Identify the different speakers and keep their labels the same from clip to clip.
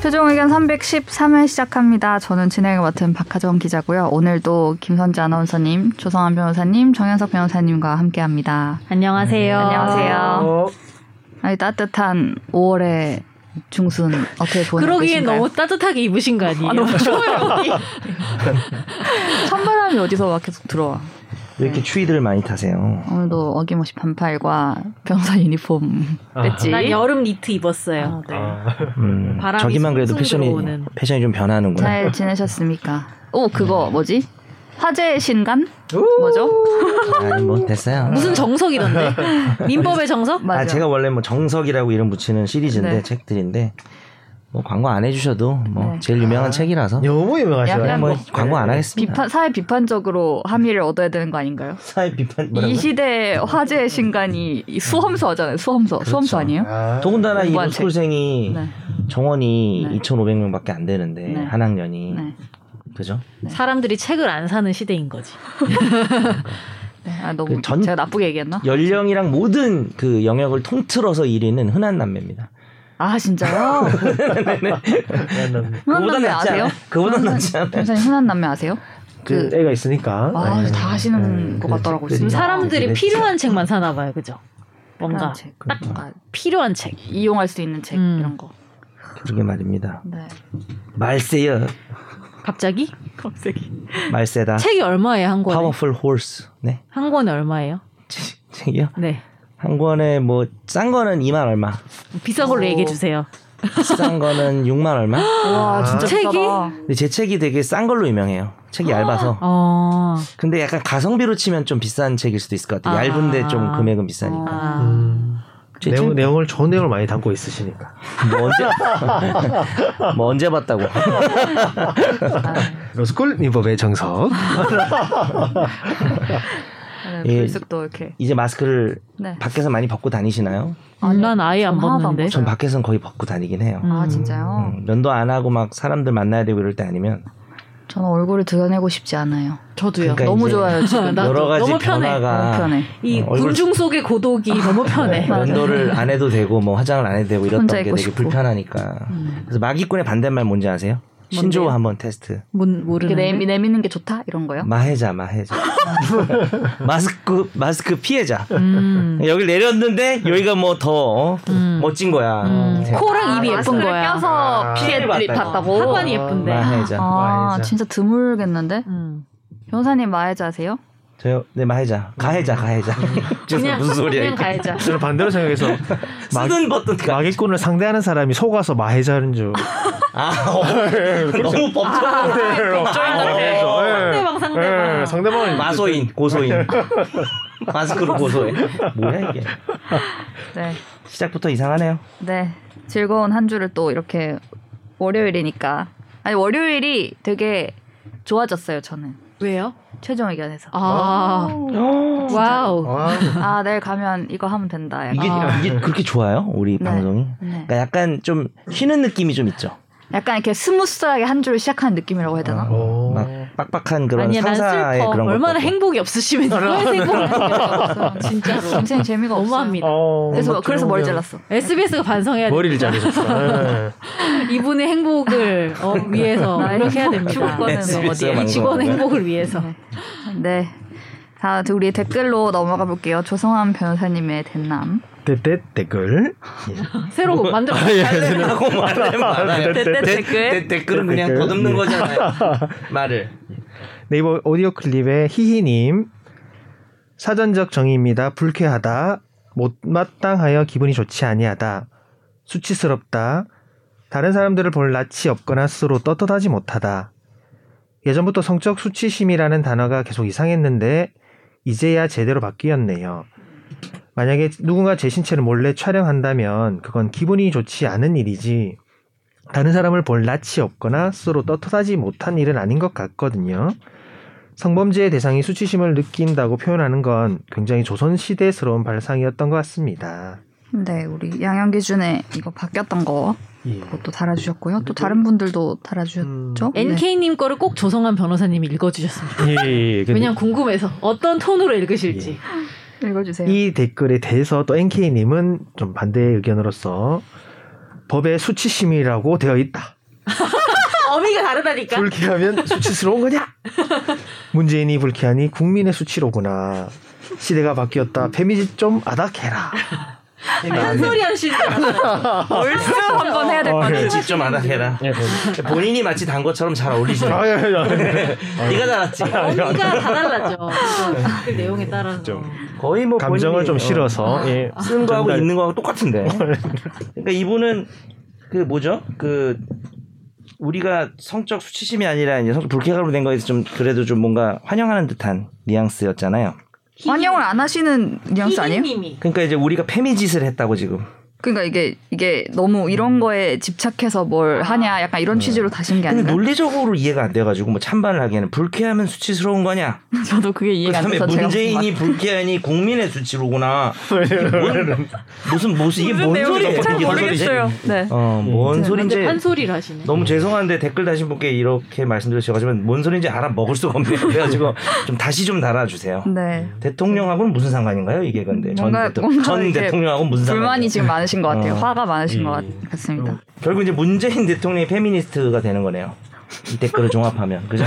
Speaker 1: 최종 의견 313회 시작합니다. 저는 진행을 맡은 박하정 기자고요. 오늘도 김선재 아나운서님, 조성한 변호사님, 정현석 변호사님과 함께합니다.
Speaker 2: 안녕하세요.
Speaker 1: 네, 안녕하세요. 아니, 따뜻한 5월의 중순 어떻게 보내고
Speaker 2: 그러기엔
Speaker 1: 계신가요?
Speaker 2: 너무 따뜻하게 입으신 거 아니에요? 너무 추워요.
Speaker 1: 찬바람이 어디서 막 계속 들어와.
Speaker 3: 왜
Speaker 1: 네.
Speaker 3: 이렇게 추위들 많이 타세요?
Speaker 1: 오늘도 어김없이 반팔과 변호사 유니폼
Speaker 3: 아.
Speaker 1: 뺐지.
Speaker 2: 난 여름 니트 입었어요.
Speaker 1: 아, 네.
Speaker 3: 음,
Speaker 2: 바람이
Speaker 3: 저기만 그래도
Speaker 2: 숭숭
Speaker 3: 패션이
Speaker 2: 들어오는.
Speaker 3: 패션이 좀 변하는구나.
Speaker 1: 잘 지내셨습니까? 오
Speaker 3: 네.
Speaker 1: 그거 뭐지? 화재 신간? 뭐죠?
Speaker 3: 아니 뭐 됐어요.
Speaker 2: 무슨 정석이던데? 민법의 정석?
Speaker 1: 맞아요.
Speaker 3: 아 제가 원래 뭐 정석이라고 이름 붙이는 시리즈인데
Speaker 1: 네.
Speaker 3: 책들인데 뭐 광고 안 해주셔도 뭐
Speaker 1: 네.
Speaker 3: 제일 유명한 책이라서
Speaker 4: 너무
Speaker 1: 약간
Speaker 4: 유명하시네요.
Speaker 3: 뭐 광고 안 하겠습니다.
Speaker 1: 비판 사회 비판적으로 함의를 얻어야 되는 거 아닌가요?
Speaker 3: 사회 비판
Speaker 1: 이 시대 화제의 신간이 이 수험서잖아요. 수험서.
Speaker 3: 그렇죠.
Speaker 1: 수험서 아니에요?
Speaker 4: 아,
Speaker 3: 더군다나 이
Speaker 1: 공부한
Speaker 3: 로스쿨생이
Speaker 1: 네.
Speaker 3: 정원이
Speaker 1: 네.
Speaker 3: 2,500명밖에 안 되는데
Speaker 1: 네.
Speaker 3: 한 학년이
Speaker 1: 네.
Speaker 3: 그죠?
Speaker 2: 사람들이 책을 안 사는 시대인 거지.
Speaker 1: 아, 너무
Speaker 3: 그 전- 예.
Speaker 1: 제가 나쁘게 얘기했나?
Speaker 3: 연령이랑 모든 그 영역을 통틀어서 1위는 흔한 남매입니다.
Speaker 1: 아, 진짜요?
Speaker 4: 미안합니다.
Speaker 1: 흔한
Speaker 3: 그보단
Speaker 1: 남매
Speaker 3: 낫지
Speaker 1: 아세요?
Speaker 3: 않아요? 그보단 낫지 않아요?
Speaker 1: 변호사님 흔한 남매 아세요?
Speaker 4: 그
Speaker 1: 그
Speaker 4: 애가 있으니까.
Speaker 1: 아,
Speaker 4: 네.
Speaker 1: 다 하시는
Speaker 4: 네.
Speaker 1: 것 같더라고요.
Speaker 3: 그래서
Speaker 2: 지금
Speaker 1: 진짜.
Speaker 2: 사람들이
Speaker 3: 그랬죠.
Speaker 2: 필요한 책만 사나 봐요. 그죠? 뭔가
Speaker 1: 흔한 책.
Speaker 2: 딱
Speaker 3: 그러니까.
Speaker 1: 아,
Speaker 2: 필요한 책.
Speaker 1: 이용할 수 있는 책
Speaker 2: 음.
Speaker 1: 이런 거.
Speaker 3: 그러게 말입니다.
Speaker 1: 네.
Speaker 3: 말세요.
Speaker 2: 갑자기?
Speaker 3: 말세다.
Speaker 2: 책이 얼마예요? 한 권에?
Speaker 3: 파워풀 홀스. 네.
Speaker 2: 한 권에 얼마예요?
Speaker 3: 책- 책이요?
Speaker 2: 네.
Speaker 3: 한 권에 뭐 싼 거는 2만 얼마.
Speaker 2: 비싼 걸로
Speaker 1: 오.
Speaker 2: 얘기해 주세요.
Speaker 3: 비싼 거는 6만 얼마. 아.
Speaker 1: 와, 진짜
Speaker 2: 책이?
Speaker 1: 비싸다. 어.
Speaker 3: 근데 제 책이 되게 싼 걸로 유명해요. 책이 얇아서.
Speaker 2: 어.
Speaker 3: 근데 약간 가성비로 치면 좀 비싼 책일 수도 있을 것 같아요.
Speaker 2: 아.
Speaker 3: 얇은데 좀 금액은 비싸니까.
Speaker 2: 아.
Speaker 4: 음,
Speaker 3: 제
Speaker 4: 내용,
Speaker 3: 책-
Speaker 4: 내용을 좋은 내용을 많이 담고 있으시니까.
Speaker 3: 뭐 언제 뭐 언제 봤다고.
Speaker 4: 로스쿨 민법의 정석.
Speaker 1: 네,
Speaker 3: 예.
Speaker 1: 글쓱도 이렇게.
Speaker 3: 이제 마스크를
Speaker 1: 네.
Speaker 3: 밖에서 많이 벗고 다니시나요?
Speaker 1: 아니요.
Speaker 2: 난 아예 안
Speaker 1: 전 하나도 안
Speaker 2: 봤는데.
Speaker 3: 전 밖에서는 거의 벗고 다니긴 해요.
Speaker 1: 아,
Speaker 2: 네. 음.
Speaker 1: 진짜요?
Speaker 3: 음, 면도 안 하고 막 사람들 만나야 되고 이럴 때 아니면
Speaker 1: 저는 얼굴을 드러내고 싶지 않아요.
Speaker 2: 저도요.
Speaker 3: 그러니까
Speaker 1: 너무
Speaker 3: 이제
Speaker 1: 좋아요, 지금.
Speaker 2: 나도
Speaker 3: 여러 가지
Speaker 2: 너무 편해.
Speaker 3: 변화가
Speaker 1: 너무 편해.
Speaker 2: 이
Speaker 3: 어, 얼굴- 네.
Speaker 2: 군중 속의 고독이 너무 편해.
Speaker 3: 면도를 안 해도 되고 뭐 화장을 안 해도 되고 이랬던
Speaker 1: 혼자
Speaker 3: 게
Speaker 1: 있고
Speaker 3: 되게
Speaker 1: 싶고.
Speaker 3: 불편하니까 그래서 마기꾼의 반대말 뭔지 아세요? 신조어 한번 테스트
Speaker 2: 뭔
Speaker 1: 이렇게
Speaker 2: 모르는.
Speaker 1: 내, 내미는 게 좋다? 이런 거요?
Speaker 3: 마해자 마해자 마스크 마스크 피해자
Speaker 2: 음.
Speaker 3: 여기 내렸는데 여기가 뭐 더 멋진 거야 네.
Speaker 2: 코랑 입이
Speaker 1: 아,
Speaker 2: 예쁜
Speaker 1: 마스크를
Speaker 2: 거야.
Speaker 1: 껴서
Speaker 4: 아,
Speaker 1: 피해들이
Speaker 3: 봤다고.
Speaker 1: 봤다고.
Speaker 2: 하관이 예쁜데.
Speaker 3: 마해자
Speaker 1: 아,
Speaker 4: 마해자.
Speaker 1: 진짜 드물겠는데?
Speaker 2: 음.
Speaker 1: 변호사님 마해자세요?
Speaker 3: 저요 네 마해자 가해자 가해자 죄송해요.
Speaker 2: 그냥
Speaker 3: 무슨 소리야
Speaker 2: 그냥
Speaker 3: 이게.
Speaker 2: 가야죠.
Speaker 4: 저는 반대로 생각해서 마,
Speaker 3: 쓰든 벗든 가-
Speaker 4: 그러니까 마기꾼을 상대하는 사람이 속아서 마해자는 줄.
Speaker 3: 아 어, 너무 아, 법적으로
Speaker 2: 상대방, 상대방, 상대방.
Speaker 4: 네, 상대방은
Speaker 3: 마소인 고소인 마스크로 고소해 뭐야 이게
Speaker 1: 네.
Speaker 3: 시작부터 이상하네요
Speaker 1: 네. 즐거운 한 주를 또 이렇게 월요일이니까. 아니, 월요일이 되게 좋아졌어요, 저는.
Speaker 2: 왜요?
Speaker 1: 최종 의견에서.
Speaker 2: 아, 와우.
Speaker 4: 아,
Speaker 1: 아, 내일 가면 이거 하면 된다. 약간.
Speaker 3: 이게
Speaker 2: 아.
Speaker 3: 이게 그렇게 좋아요 우리
Speaker 1: 네.
Speaker 3: 방송이
Speaker 1: 네.
Speaker 3: 그러니까 약간 좀 쉬는 느낌이 좀 있죠
Speaker 1: 약간 이렇게 스무스하게 한 주를 시작하는 느낌이라고 해야 되나?
Speaker 4: 오.
Speaker 3: 막 빡빡한 그런
Speaker 2: 아니야, 난
Speaker 3: 상사의
Speaker 2: 슬퍼.
Speaker 3: 그런
Speaker 2: 얼마나
Speaker 3: 것도
Speaker 2: 행복이 없으시면 그런 행복을
Speaker 1: 없어요.
Speaker 2: 진짜로.
Speaker 1: 인생 재미가 없어요.
Speaker 2: 너무합니다.
Speaker 4: 어,
Speaker 1: 그래서
Speaker 4: 뭐
Speaker 1: 그래서 머리
Speaker 4: 들어오면
Speaker 1: 잘랐어.
Speaker 2: SBS가 반성해야 돼.
Speaker 4: 머리를 네. 자르셨어.
Speaker 2: 이분의 행복을 어, 위해서
Speaker 1: 나의
Speaker 2: 이렇게 해야 됩니다.
Speaker 1: 주목받는
Speaker 3: SBS 가
Speaker 2: 이
Speaker 3: 망가졌네.
Speaker 2: 직원 행복을 위해서.
Speaker 1: 네. 자, 우리 댓글로 넘어가 볼게요. 조성환 변호사님의 대남.
Speaker 4: 떼떼 댓글.
Speaker 2: 새로
Speaker 3: 뭐,
Speaker 2: 만들어.
Speaker 3: 아, 예. 하고 말해 말아요.
Speaker 1: 댓- 댓글.
Speaker 3: 댓- 댓글은 그냥
Speaker 4: 댓글.
Speaker 3: 거듭는 거잖아요. 말을.
Speaker 4: 네이버 오디오 클립의 히히님 사전적 정의입니다. 불쾌하다, 못마땅하여 기분이 좋지 아니하다, 수치스럽다, 다른 사람들을 볼 낯이 없거나 스스로 떳떳하지 못하다. 예전부터 성적 수치심이라는 단어가 계속 이상했는데 이제야 제대로 바뀌었네요. 만약에 누군가 제 신체를 몰래 촬영한다면 그건 기분이 좋지 않은 일이지 다른 사람을 볼 낯이 없거나 스스로 떳떳하지 못한 일은 아닌 것 같거든요. 성범죄의 대상이 수치심을 느낀다고 표현하는 건 굉장히 조선시대스러운 발상이었던 것 같습니다.
Speaker 1: 네, 우리 양양 기준에 이거 바뀌었던 거
Speaker 4: 예.
Speaker 1: 그것도 달아주셨고요. 또 다른 분들도 달아주셨죠? 네.
Speaker 2: NK님 거를 꼭 조성한 변호사님이 읽어주셨습니다.
Speaker 4: 예,
Speaker 3: 그러니까.
Speaker 4: 근데
Speaker 2: 왜냐면 궁금해서 어떤 톤으로 읽으실지.
Speaker 3: 예.
Speaker 1: 읽어주세요.
Speaker 4: 이 댓글에 대해서 또 NK님은 좀 반대의 의견으로서 법에 수치심이라고 되어 있다.
Speaker 2: 아, 어미가 다르다니까.
Speaker 4: 불쾌하면 수치스러운 거냐? 문재인이 불쾌하니 국민의 수치로구나. 시대가 바뀌었다. 페미니즘 아닥해라.
Speaker 2: 한 소리 하시는 줄 알았어요.
Speaker 3: 얼쑤
Speaker 1: 한번 해야 될
Speaker 3: 어,
Speaker 1: 것 같아요.
Speaker 3: 직접 안 해라.
Speaker 5: 예, 본-
Speaker 3: 본인이 마치 단 것처럼 잘 어울리시네.
Speaker 4: 아, 예, 예, 예.
Speaker 3: 네가 달았지.
Speaker 2: 어미가 다 달라죠.
Speaker 3: 네.
Speaker 2: 그 내용에 따라서.
Speaker 5: 좀.
Speaker 3: 거의 뭐
Speaker 4: 감정을
Speaker 3: 본인이,
Speaker 4: 좀
Speaker 3: 어,
Speaker 4: 실어서 예.
Speaker 3: 쓴 거하고
Speaker 4: 전달. 어.
Speaker 3: 있는 거하고 똑같은데. 그러니까 이분은 그 뭐죠? 그 우리가 성적 수치심이 아니라 이제 성적 불쾌감으로 된 거에서 좀 그래도 좀 뭔가 환영하는 듯한 뉘앙스였잖아요.
Speaker 1: 환영을 안 하시는 뉘앙스 아니에요?
Speaker 2: 님이
Speaker 3: 그러니까 이제 우리가 페미짓을 했다고 지금.
Speaker 1: 그러니까 이게 이게 너무 이런 거에 집착해서 뭘 하냐 약간 이런 취지로 다신 게
Speaker 3: 음. 네. 근데
Speaker 1: 아닌가?
Speaker 3: 논리적으로 이해가 안 돼가지고 뭐 찬반을 하기에는 불쾌하면 수치스러운 거냐?
Speaker 1: 저도 그게 이해가 안
Speaker 3: 그다음에
Speaker 1: 돼서 제가
Speaker 3: 문재인이 불쾌하니 국민의 수치로구나. 이게 뭔- 무슨 무슨 이게 뭔 소리야? 이게
Speaker 1: 잘
Speaker 3: 뭔
Speaker 1: 모르겠어요. 네.
Speaker 3: 어뭔 소린지
Speaker 2: 한 소리를 하시네.
Speaker 3: 너무 죄송한데 댓글 다신 분께 이렇게 말씀드려가지만 뭔 소린지 알아 먹을 수가 없네요. 그래가지고 좀 다시 좀 달아주세요.
Speaker 1: 네.
Speaker 3: 대통령하고는 무슨 상관인가요 이게 근데 전,
Speaker 1: 뭔가-
Speaker 3: 대통,
Speaker 1: 뭔가
Speaker 3: 전
Speaker 1: 이게
Speaker 3: 대통령하고는 무슨
Speaker 1: 불만이
Speaker 3: 상관이
Speaker 1: 지금 많으신 것 같아요.
Speaker 3: 어.
Speaker 1: 화가 많으신 것
Speaker 5: 음.
Speaker 1: 같- 같습니다.
Speaker 3: 결국 이제 문재인 대통령이 페미니스트가 되는 거네요. 이 댓글을 종합하면 그죠?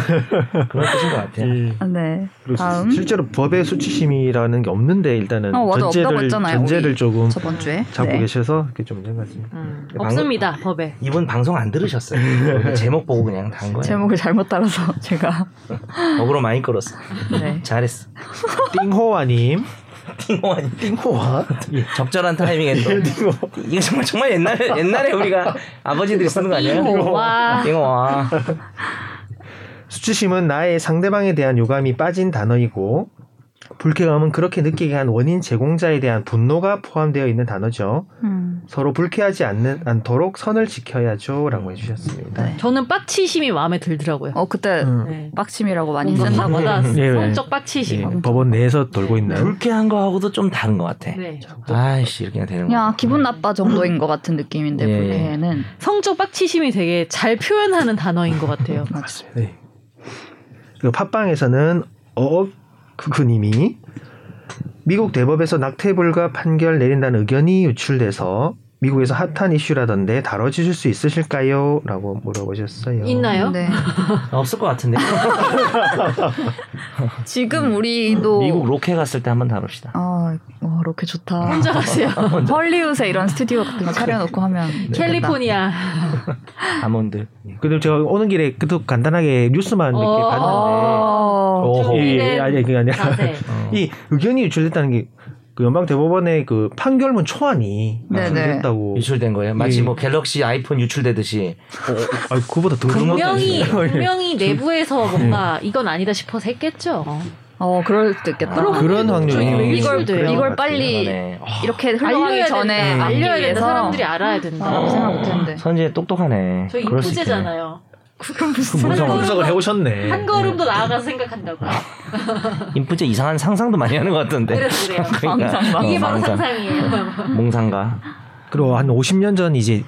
Speaker 3: 그런 뜻인 것 같아요.
Speaker 5: 예.
Speaker 1: 아, 네.
Speaker 5: 그럴 수
Speaker 1: 다음
Speaker 4: 실제로 법의 수치심이라는 게 없는데 일단은
Speaker 1: 어, 맞아, 없다고
Speaker 4: 전제를
Speaker 1: 했잖아요,
Speaker 4: 전제를
Speaker 1: 우리.
Speaker 4: 조금
Speaker 1: 저번 주에
Speaker 4: 잡고
Speaker 1: 네.
Speaker 4: 계셔서 이렇게 좀 생각했습니다.
Speaker 2: 음,
Speaker 3: 방금-
Speaker 1: 아.
Speaker 2: 없습니다 법에.
Speaker 3: 이분 방송 안 들으셨어요. 오늘 제목 보고 그냥 단 거예요.
Speaker 1: 제목을 잘못 따라서 제가
Speaker 3: 억으로 많이 끌었어.
Speaker 1: 네.
Speaker 3: 잘했어.
Speaker 4: 띵호아님, 예,
Speaker 3: 띵호환이
Speaker 4: 띵호아,
Speaker 3: 적절한 타이밍에 또 이거 정말 정말 옛날 옛날에 우리가 아버지들이 쓰는 거 아니에요?
Speaker 2: 와.
Speaker 3: 띵호와
Speaker 4: 수치심은 나의 상대방에 대한 유감이 빠진 단어이고 불쾌감은 그렇게 느끼게 한 원인 제공자에 대한 분노가 포함되어 있는 단어죠.
Speaker 1: 음.
Speaker 4: 서로 불쾌하지 않는 않도록 선을 지켜야죠라고 해주셨습니다.
Speaker 1: 네.
Speaker 2: 저는 빡치심이 마음에 들더라고요.
Speaker 1: 어 그때
Speaker 4: 음.
Speaker 2: 네.
Speaker 1: 빡침이라고 많이
Speaker 2: 뭔가
Speaker 1: 쓴다고. 네.
Speaker 2: 화보다
Speaker 4: 예, 예.
Speaker 2: 성적 빡치심.
Speaker 4: 예, 법원 내에서 돌고 있는
Speaker 3: 네. 불쾌한 거하고도 좀 다른 것 같아.
Speaker 2: 네.
Speaker 3: 아이씨 이렇게 그냥 되는
Speaker 2: 음.
Speaker 1: 그냥
Speaker 3: 거.
Speaker 1: 기분 나빠 정도인 것 같은 느낌인데
Speaker 3: 예.
Speaker 1: 불쾌는
Speaker 2: 성적 빡치심이 되게 잘 표현하는 단어인 것 같아요.
Speaker 1: 맞습니다.
Speaker 4: 네. 그리고 팟빵에서는 어그그님이 미국 대법에서 낙태불가 판결 내린다는 의견이 유출돼서 미국에서 핫한 이슈라던데 다뤄주실 수 있으실까요? 라고 물어보셨어요.
Speaker 2: 있나요?
Speaker 1: 네.
Speaker 3: 없을 것 같은데.
Speaker 1: 지금 우리도
Speaker 3: 미국 로케 갔을 때 한번 다룹시다.
Speaker 2: 어.
Speaker 1: 아, 와, 이렇게 좋다.
Speaker 2: 혼자 네. 가세요.
Speaker 1: 헐리우드에 이런 스튜디오 같은 거 차려놓고 하면 네,
Speaker 2: 캘리포니아.
Speaker 3: 아몬드.
Speaker 4: 근데 제가 오는 길에 그래도 간단하게 뉴스만
Speaker 2: 어.
Speaker 4: 이렇게 봤는데
Speaker 1: 어,
Speaker 3: 오호.
Speaker 4: 예,
Speaker 2: 주민의
Speaker 4: 예, 아니 그게 아니라
Speaker 2: 자세.
Speaker 3: 어.
Speaker 4: 이 의견이 유출됐다는 게 그 연방 대법원의 그 판결문 초안이
Speaker 1: 네네.
Speaker 4: 유출됐다고.
Speaker 3: 유출된 거예요. 마치
Speaker 4: 예.
Speaker 3: 뭐 갤럭시 아이폰 유출되듯이.
Speaker 4: 아 그보다 더
Speaker 2: 분명히
Speaker 4: 예.
Speaker 2: 분명히 내부에서 뭔가 이건 아니다 싶어서 했겠죠.
Speaker 1: 어, 그럴 수도 있겠다.
Speaker 2: 그럼-
Speaker 4: 그런
Speaker 2: 저기
Speaker 4: 확률이
Speaker 2: 왜
Speaker 1: 이걸
Speaker 2: 유출돼요?
Speaker 4: 그런 것
Speaker 1: 이걸
Speaker 4: 같아요.
Speaker 1: 빨리
Speaker 3: 그러네. 어,
Speaker 1: 이렇게 흘러가기
Speaker 2: 알려야
Speaker 1: 전에
Speaker 4: 예.
Speaker 2: 된다.
Speaker 1: 막기
Speaker 2: 알려야 된다.
Speaker 1: 위해서
Speaker 2: 사람들이 어. 알아야 된다.
Speaker 1: 아, 생각 못했는데.
Speaker 3: 어, 선재 똑똑하네.
Speaker 2: 저희
Speaker 3: 그럴 수
Speaker 2: 인프제잖아요.
Speaker 1: 그건 무슨
Speaker 4: 분석,
Speaker 2: 한
Speaker 4: 분석을
Speaker 2: 걸음
Speaker 4: 해오셨네.
Speaker 2: 한 걸음도
Speaker 4: 예.
Speaker 2: 나아가서 생각한다고.
Speaker 3: 있겠네. 인프제 이상한 상상도 많이 하는 것
Speaker 4: 네.
Speaker 3: 같던데.
Speaker 2: 그래서 그래요.
Speaker 4: 그러니까
Speaker 3: 망상.
Speaker 2: 이게 바로 상상이에요.
Speaker 3: 몽상가.
Speaker 4: 그리고 한 50년 전 이제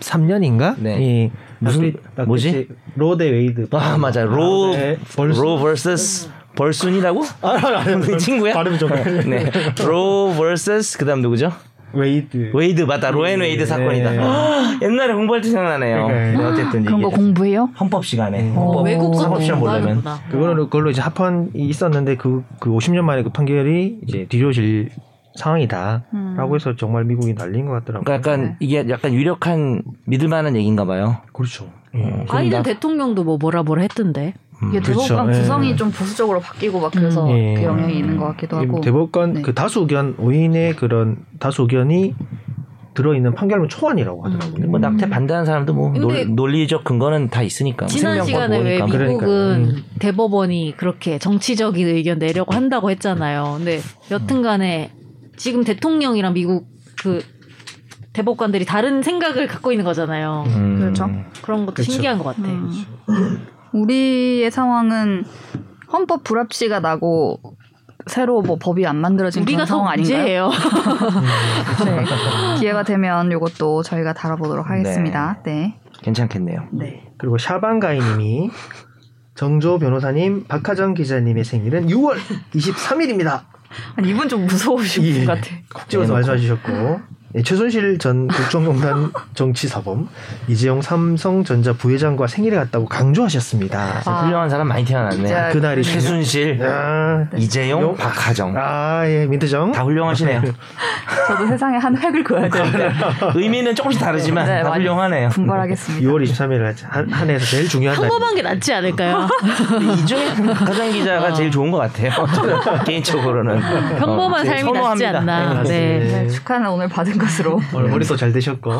Speaker 4: 1973년인가?
Speaker 3: 네. 무슨-
Speaker 4: 무슨
Speaker 3: 뭐지?
Speaker 4: 로데 웨이드.
Speaker 3: 아 맞아 로
Speaker 4: 네, 벌스.
Speaker 3: 로 vs
Speaker 2: 음.
Speaker 3: 벌순이라고? 아, 친구야?
Speaker 4: 발음 좀
Speaker 3: 네. 로 vs 그다음 누구죠?
Speaker 4: 웨이드.
Speaker 3: 웨이드 맞다. 로앤 웨이드
Speaker 4: 네.
Speaker 3: 사건이다.
Speaker 4: 예.
Speaker 3: 옛날에 공부할 때 생각나네요.
Speaker 4: 네.
Speaker 3: 네, 어쨌든
Speaker 1: 아, 그런
Speaker 3: 이게
Speaker 1: 거 공부해요?
Speaker 3: 헌법 시간에
Speaker 4: 음.
Speaker 3: 헌법,
Speaker 1: 어,
Speaker 2: 외국
Speaker 1: 사법
Speaker 3: 시험 보려면
Speaker 4: 그거는 그걸로 이제 합헌이 있었는데 그, 그 50년 만에 그 판결이 이제 뒤로질 상황이다.
Speaker 1: 음.
Speaker 4: 라고 해서 정말 미국이 날린 것 같더라고요.
Speaker 3: 그러니까 약간
Speaker 1: 네.
Speaker 3: 이게 약간 유력한 믿을만한 얘기인가 봐요.
Speaker 4: 그렇죠.
Speaker 3: 어, 그럼
Speaker 2: 바이든
Speaker 3: 나-
Speaker 2: 대통령도 뭐 뭐라 뭐라 했던데.
Speaker 1: 이게
Speaker 3: 음.
Speaker 4: 그렇죠.
Speaker 1: 대법관
Speaker 4: 예.
Speaker 1: 구성이 좀 보수적으로 바뀌고 막 그래서
Speaker 4: 예.
Speaker 1: 그 영향이 있는 것 같기도 하고.
Speaker 4: 대법관
Speaker 1: 네.
Speaker 4: 그 다수 의견 오인의 그런 다수 의견이 들어있는 판결문 초안이라고
Speaker 1: 음.
Speaker 4: 하더라고요.
Speaker 3: 뭐 낙태 반대하는 사람도 뭐
Speaker 2: 근데-
Speaker 3: 논, 논리적 근거는 다 있으니까. 뭐
Speaker 2: 지난
Speaker 3: 생명과
Speaker 2: 시간에 왜
Speaker 3: 뭐니까. 음.
Speaker 4: 그래.
Speaker 2: 미국은
Speaker 4: 그러니까요.
Speaker 2: 대법원이 그렇게 정치적인 의견 내려고 한다고 했잖아요. 근데 여튼간에 지금 대통령이랑 미국 그 대법관들이 다른 생각을 갖고 있는 거잖아요.
Speaker 3: 음.
Speaker 1: 그렇죠.
Speaker 2: 그런 것도
Speaker 4: 그쵸.
Speaker 2: 신기한 것 같아.
Speaker 1: 음. 우리의 상황은 헌법 불합시가 나고 새로 뭐 법이 안 만들어진
Speaker 2: 우리가
Speaker 1: 그런 상황
Speaker 2: 더
Speaker 1: 아닌가요?
Speaker 2: 문제예요.
Speaker 1: 네. 기회가 되면 이것도 저희가 다뤄보도록 하겠습니다. 네.
Speaker 3: 괜찮겠네요.
Speaker 1: 네.
Speaker 4: 그리고 샤방가이님이 정조 변호사님, 박하정 기자님의 생일은 6월 23일입니다.
Speaker 1: 아니, 이분 좀 무서우신
Speaker 4: 예.
Speaker 1: 분 같아.
Speaker 4: 콕 집어서 말씀해 주셨고 예, 최순실 전 국정농단 정치사범 이재용 삼성전자 부회장과 생일에 갔다고 강조하셨습니다.
Speaker 1: 아.
Speaker 3: 훌륭한 사람 많이
Speaker 1: 진짜.
Speaker 3: 태어났네.
Speaker 4: 그날이
Speaker 3: 최순실,
Speaker 4: 아,
Speaker 3: 이재용,
Speaker 4: 용?
Speaker 3: 박하정
Speaker 4: 아, 예, 민트정.
Speaker 3: 다 훌륭하시네요. 그러니까
Speaker 1: 저도 세상에 한 획을 그어야 되는데
Speaker 3: 의미는 조금씩 다르지만
Speaker 1: 네,
Speaker 3: 다
Speaker 1: 많이-
Speaker 3: 훌륭하네요.
Speaker 1: 분발하겠습니다.
Speaker 4: 6월 23일 한, 한 해에서 제일 중요한 날.
Speaker 2: 평범한 게 낫지 않을까요?
Speaker 3: 근데 이 중에 박하정 기자가
Speaker 2: 어.
Speaker 3: 제일 좋은 것 같아요. 저는 개인적으로는
Speaker 2: 평범한
Speaker 3: 어, 제일
Speaker 2: 삶이 낫지
Speaker 3: 선호합니다.
Speaker 2: 않나. 네.
Speaker 4: 네.
Speaker 1: 네, 축하는 오늘 받은 것으로.
Speaker 4: 오늘 머리도 잘 되셨고.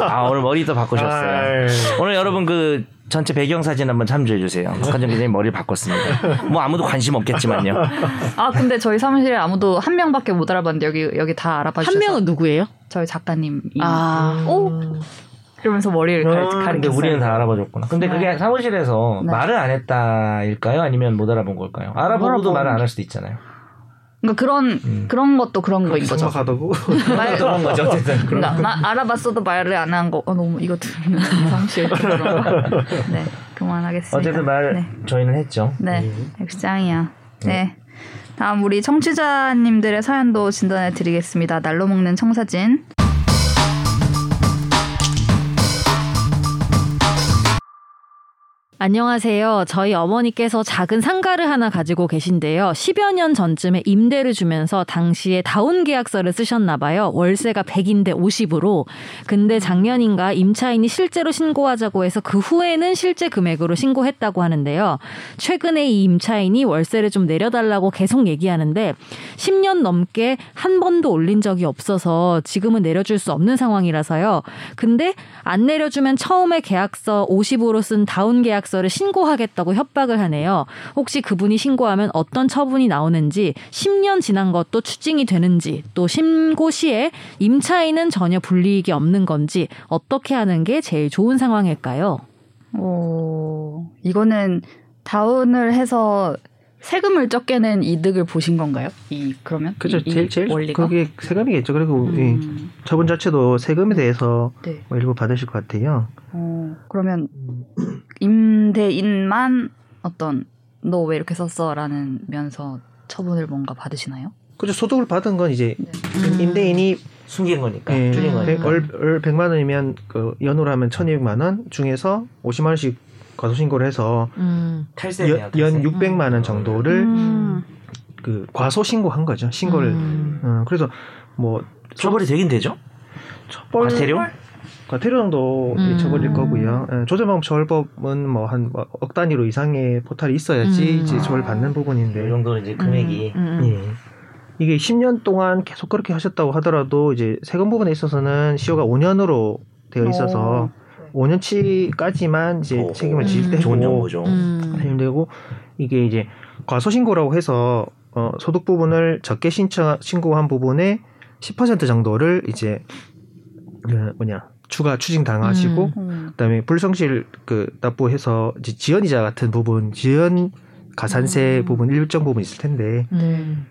Speaker 3: 아 오늘 머리도 바꾸셨어요.
Speaker 4: 아이. 예.
Speaker 3: 오늘 여러분 그 전체 배경 사진 한번 참조해 주세요. 박하정 기자님 머리 바꿨습니다. 뭐 아무도 관심 없겠지만요.
Speaker 1: 아 근데 저희 사무실에 아무도 한 명밖에 못 알아봤는데 여기 여기 다
Speaker 3: 네.
Speaker 1: 알아봐 주셔서
Speaker 2: 한 명은 누구예요?
Speaker 1: 저희 작가님. 이
Speaker 2: 아.
Speaker 1: 오. 그러면서 머리를
Speaker 4: 아,
Speaker 1: 가르-
Speaker 3: 음. 근데
Speaker 1: 가르쳤어요.
Speaker 3: 우리는 다 알아봐줬구나. 근데 그게 사무실에서
Speaker 1: 네.
Speaker 3: 말을 안 했다일까요? 아니면 못 알아본 걸까요? 알아보고도
Speaker 1: 알아본
Speaker 3: 말을 안 할 수도 있잖아요.
Speaker 1: 그러니까 그런
Speaker 3: 음.
Speaker 1: 그런 것도 그런 거인 거죠.
Speaker 4: 성박하다고.
Speaker 1: 말-
Speaker 3: 그런 거죠. 어쨌든 그런
Speaker 1: 나, 나 알아봤어도 말을 안 한 거. 어, 너무 이거 들으면 사무실 들어가. 네, 그만하겠습니다.
Speaker 3: 어쨌든 말 음.
Speaker 1: 네,
Speaker 3: 저희는 했죠.
Speaker 1: 네, 백장이야. 네. 다음 우리 청취자님들의 사연도 진단해 드리겠습니다. 날로 먹는 청사진.
Speaker 2: 안녕하세요. 저희 어머니께서 작은 상가를 하나 가지고 계신데요. 10여 년 전쯤에 임대를 주면서 당시에 다운 계약서를 쓰셨나 봐요. 월세가 100인데 50으로. 근데 작년인가 임차인이 실제로 신고하자고 해서 그 후에는 실제 금액으로 신고했다고 하는데요. 최근에 이 임차인이 월세를 좀 내려달라고 계속 얘기하는데 10년 넘게 한 번도 올린 적이 없어서 지금은 내려줄 수 없는 상황이라서요. 근데 안 내려주면 처음에 계약서 50으로 쓴 다운 계약서를 신고하겠다고 협박을 하네요. 혹시 그분이 신고하면 어떤 처분이 나오는지 10년 지난 것도 추징이 되는지 또 신고 시에 임차인은 전혀 불이익이 없는 건지 어떻게 하는 게 제일 좋은 상황일까요?
Speaker 1: 오, 이거는 다운을 해서 세금을 적게 낸 이득을 보신 건가요? 이 그러면
Speaker 4: 그죠.
Speaker 1: 이- 이
Speaker 4: 제일, 제일.
Speaker 1: 원리가.
Speaker 4: 그게 세금이겠죠. 그리고 이
Speaker 1: 음,
Speaker 4: 처분 자체도 세금에 대해서
Speaker 1: 네.
Speaker 4: 뭐 일부 받으실 것 같아요.
Speaker 1: 어, 그러면 임대인만 어떤 너 왜 이렇게 썼어라는 면서 처분을 뭔가 받으시나요?
Speaker 4: 그죠. 소득을 받은 건 이제
Speaker 1: 네.
Speaker 4: 임대인이
Speaker 3: 숨긴 거니까.
Speaker 4: 예,
Speaker 3: 음. 아, 줄인 거니까.
Speaker 4: 백- 월, 월 100만 원이면 그 연으로 하면 1,200만 원 중에서 50만 원씩 과소신고를 해서
Speaker 2: 음.
Speaker 3: 탈세네요.
Speaker 4: 연,
Speaker 3: 탈세.
Speaker 4: 연 600만 원 정도를
Speaker 2: 음.
Speaker 4: 그 과소신고한 거죠. 신고를.
Speaker 2: 음.
Speaker 4: 어, 그래서 뭐
Speaker 3: 처벌이 되긴 되죠.
Speaker 4: 처벌
Speaker 3: 과태료?
Speaker 4: 과태료 정도
Speaker 2: 음.
Speaker 4: 처벌일 거고요. 예, 조세방법 처벌법은 뭐 한 억 단위로 이상의 포탈이 있어야지
Speaker 2: 음.
Speaker 4: 이제
Speaker 3: 아.
Speaker 4: 처벌 받는
Speaker 3: 이
Speaker 4: 부분인데
Speaker 3: 정도는 이제 금액이.
Speaker 2: 음.
Speaker 4: 예. 이게 10년 동안 계속 그렇게 하셨다고 하더라도 이제 세금 부분에 있어서는 시효가 5년으로 되어 있어서
Speaker 1: 네.
Speaker 4: 5년치까지만 이제
Speaker 3: 오,
Speaker 4: 예, 책임을
Speaker 2: 음.
Speaker 4: 질 때
Speaker 3: 예. 어, 좋은 정보죠.
Speaker 2: 음.
Speaker 4: 되고 이게 이제 과소신고라고 해서 어, 소득 부분을 적게 신청 신고한 부분에 10% 정도를 이제 그 뭐냐 추가 추징 당하시고
Speaker 2: 음.
Speaker 1: 음.
Speaker 4: 그다음에 불성실 그 납부해서 이제 지연이자 같은 부분 지연 가산세
Speaker 1: 음.
Speaker 4: 부분 일정 부분 있을 텐데
Speaker 1: 네.
Speaker 2: 음.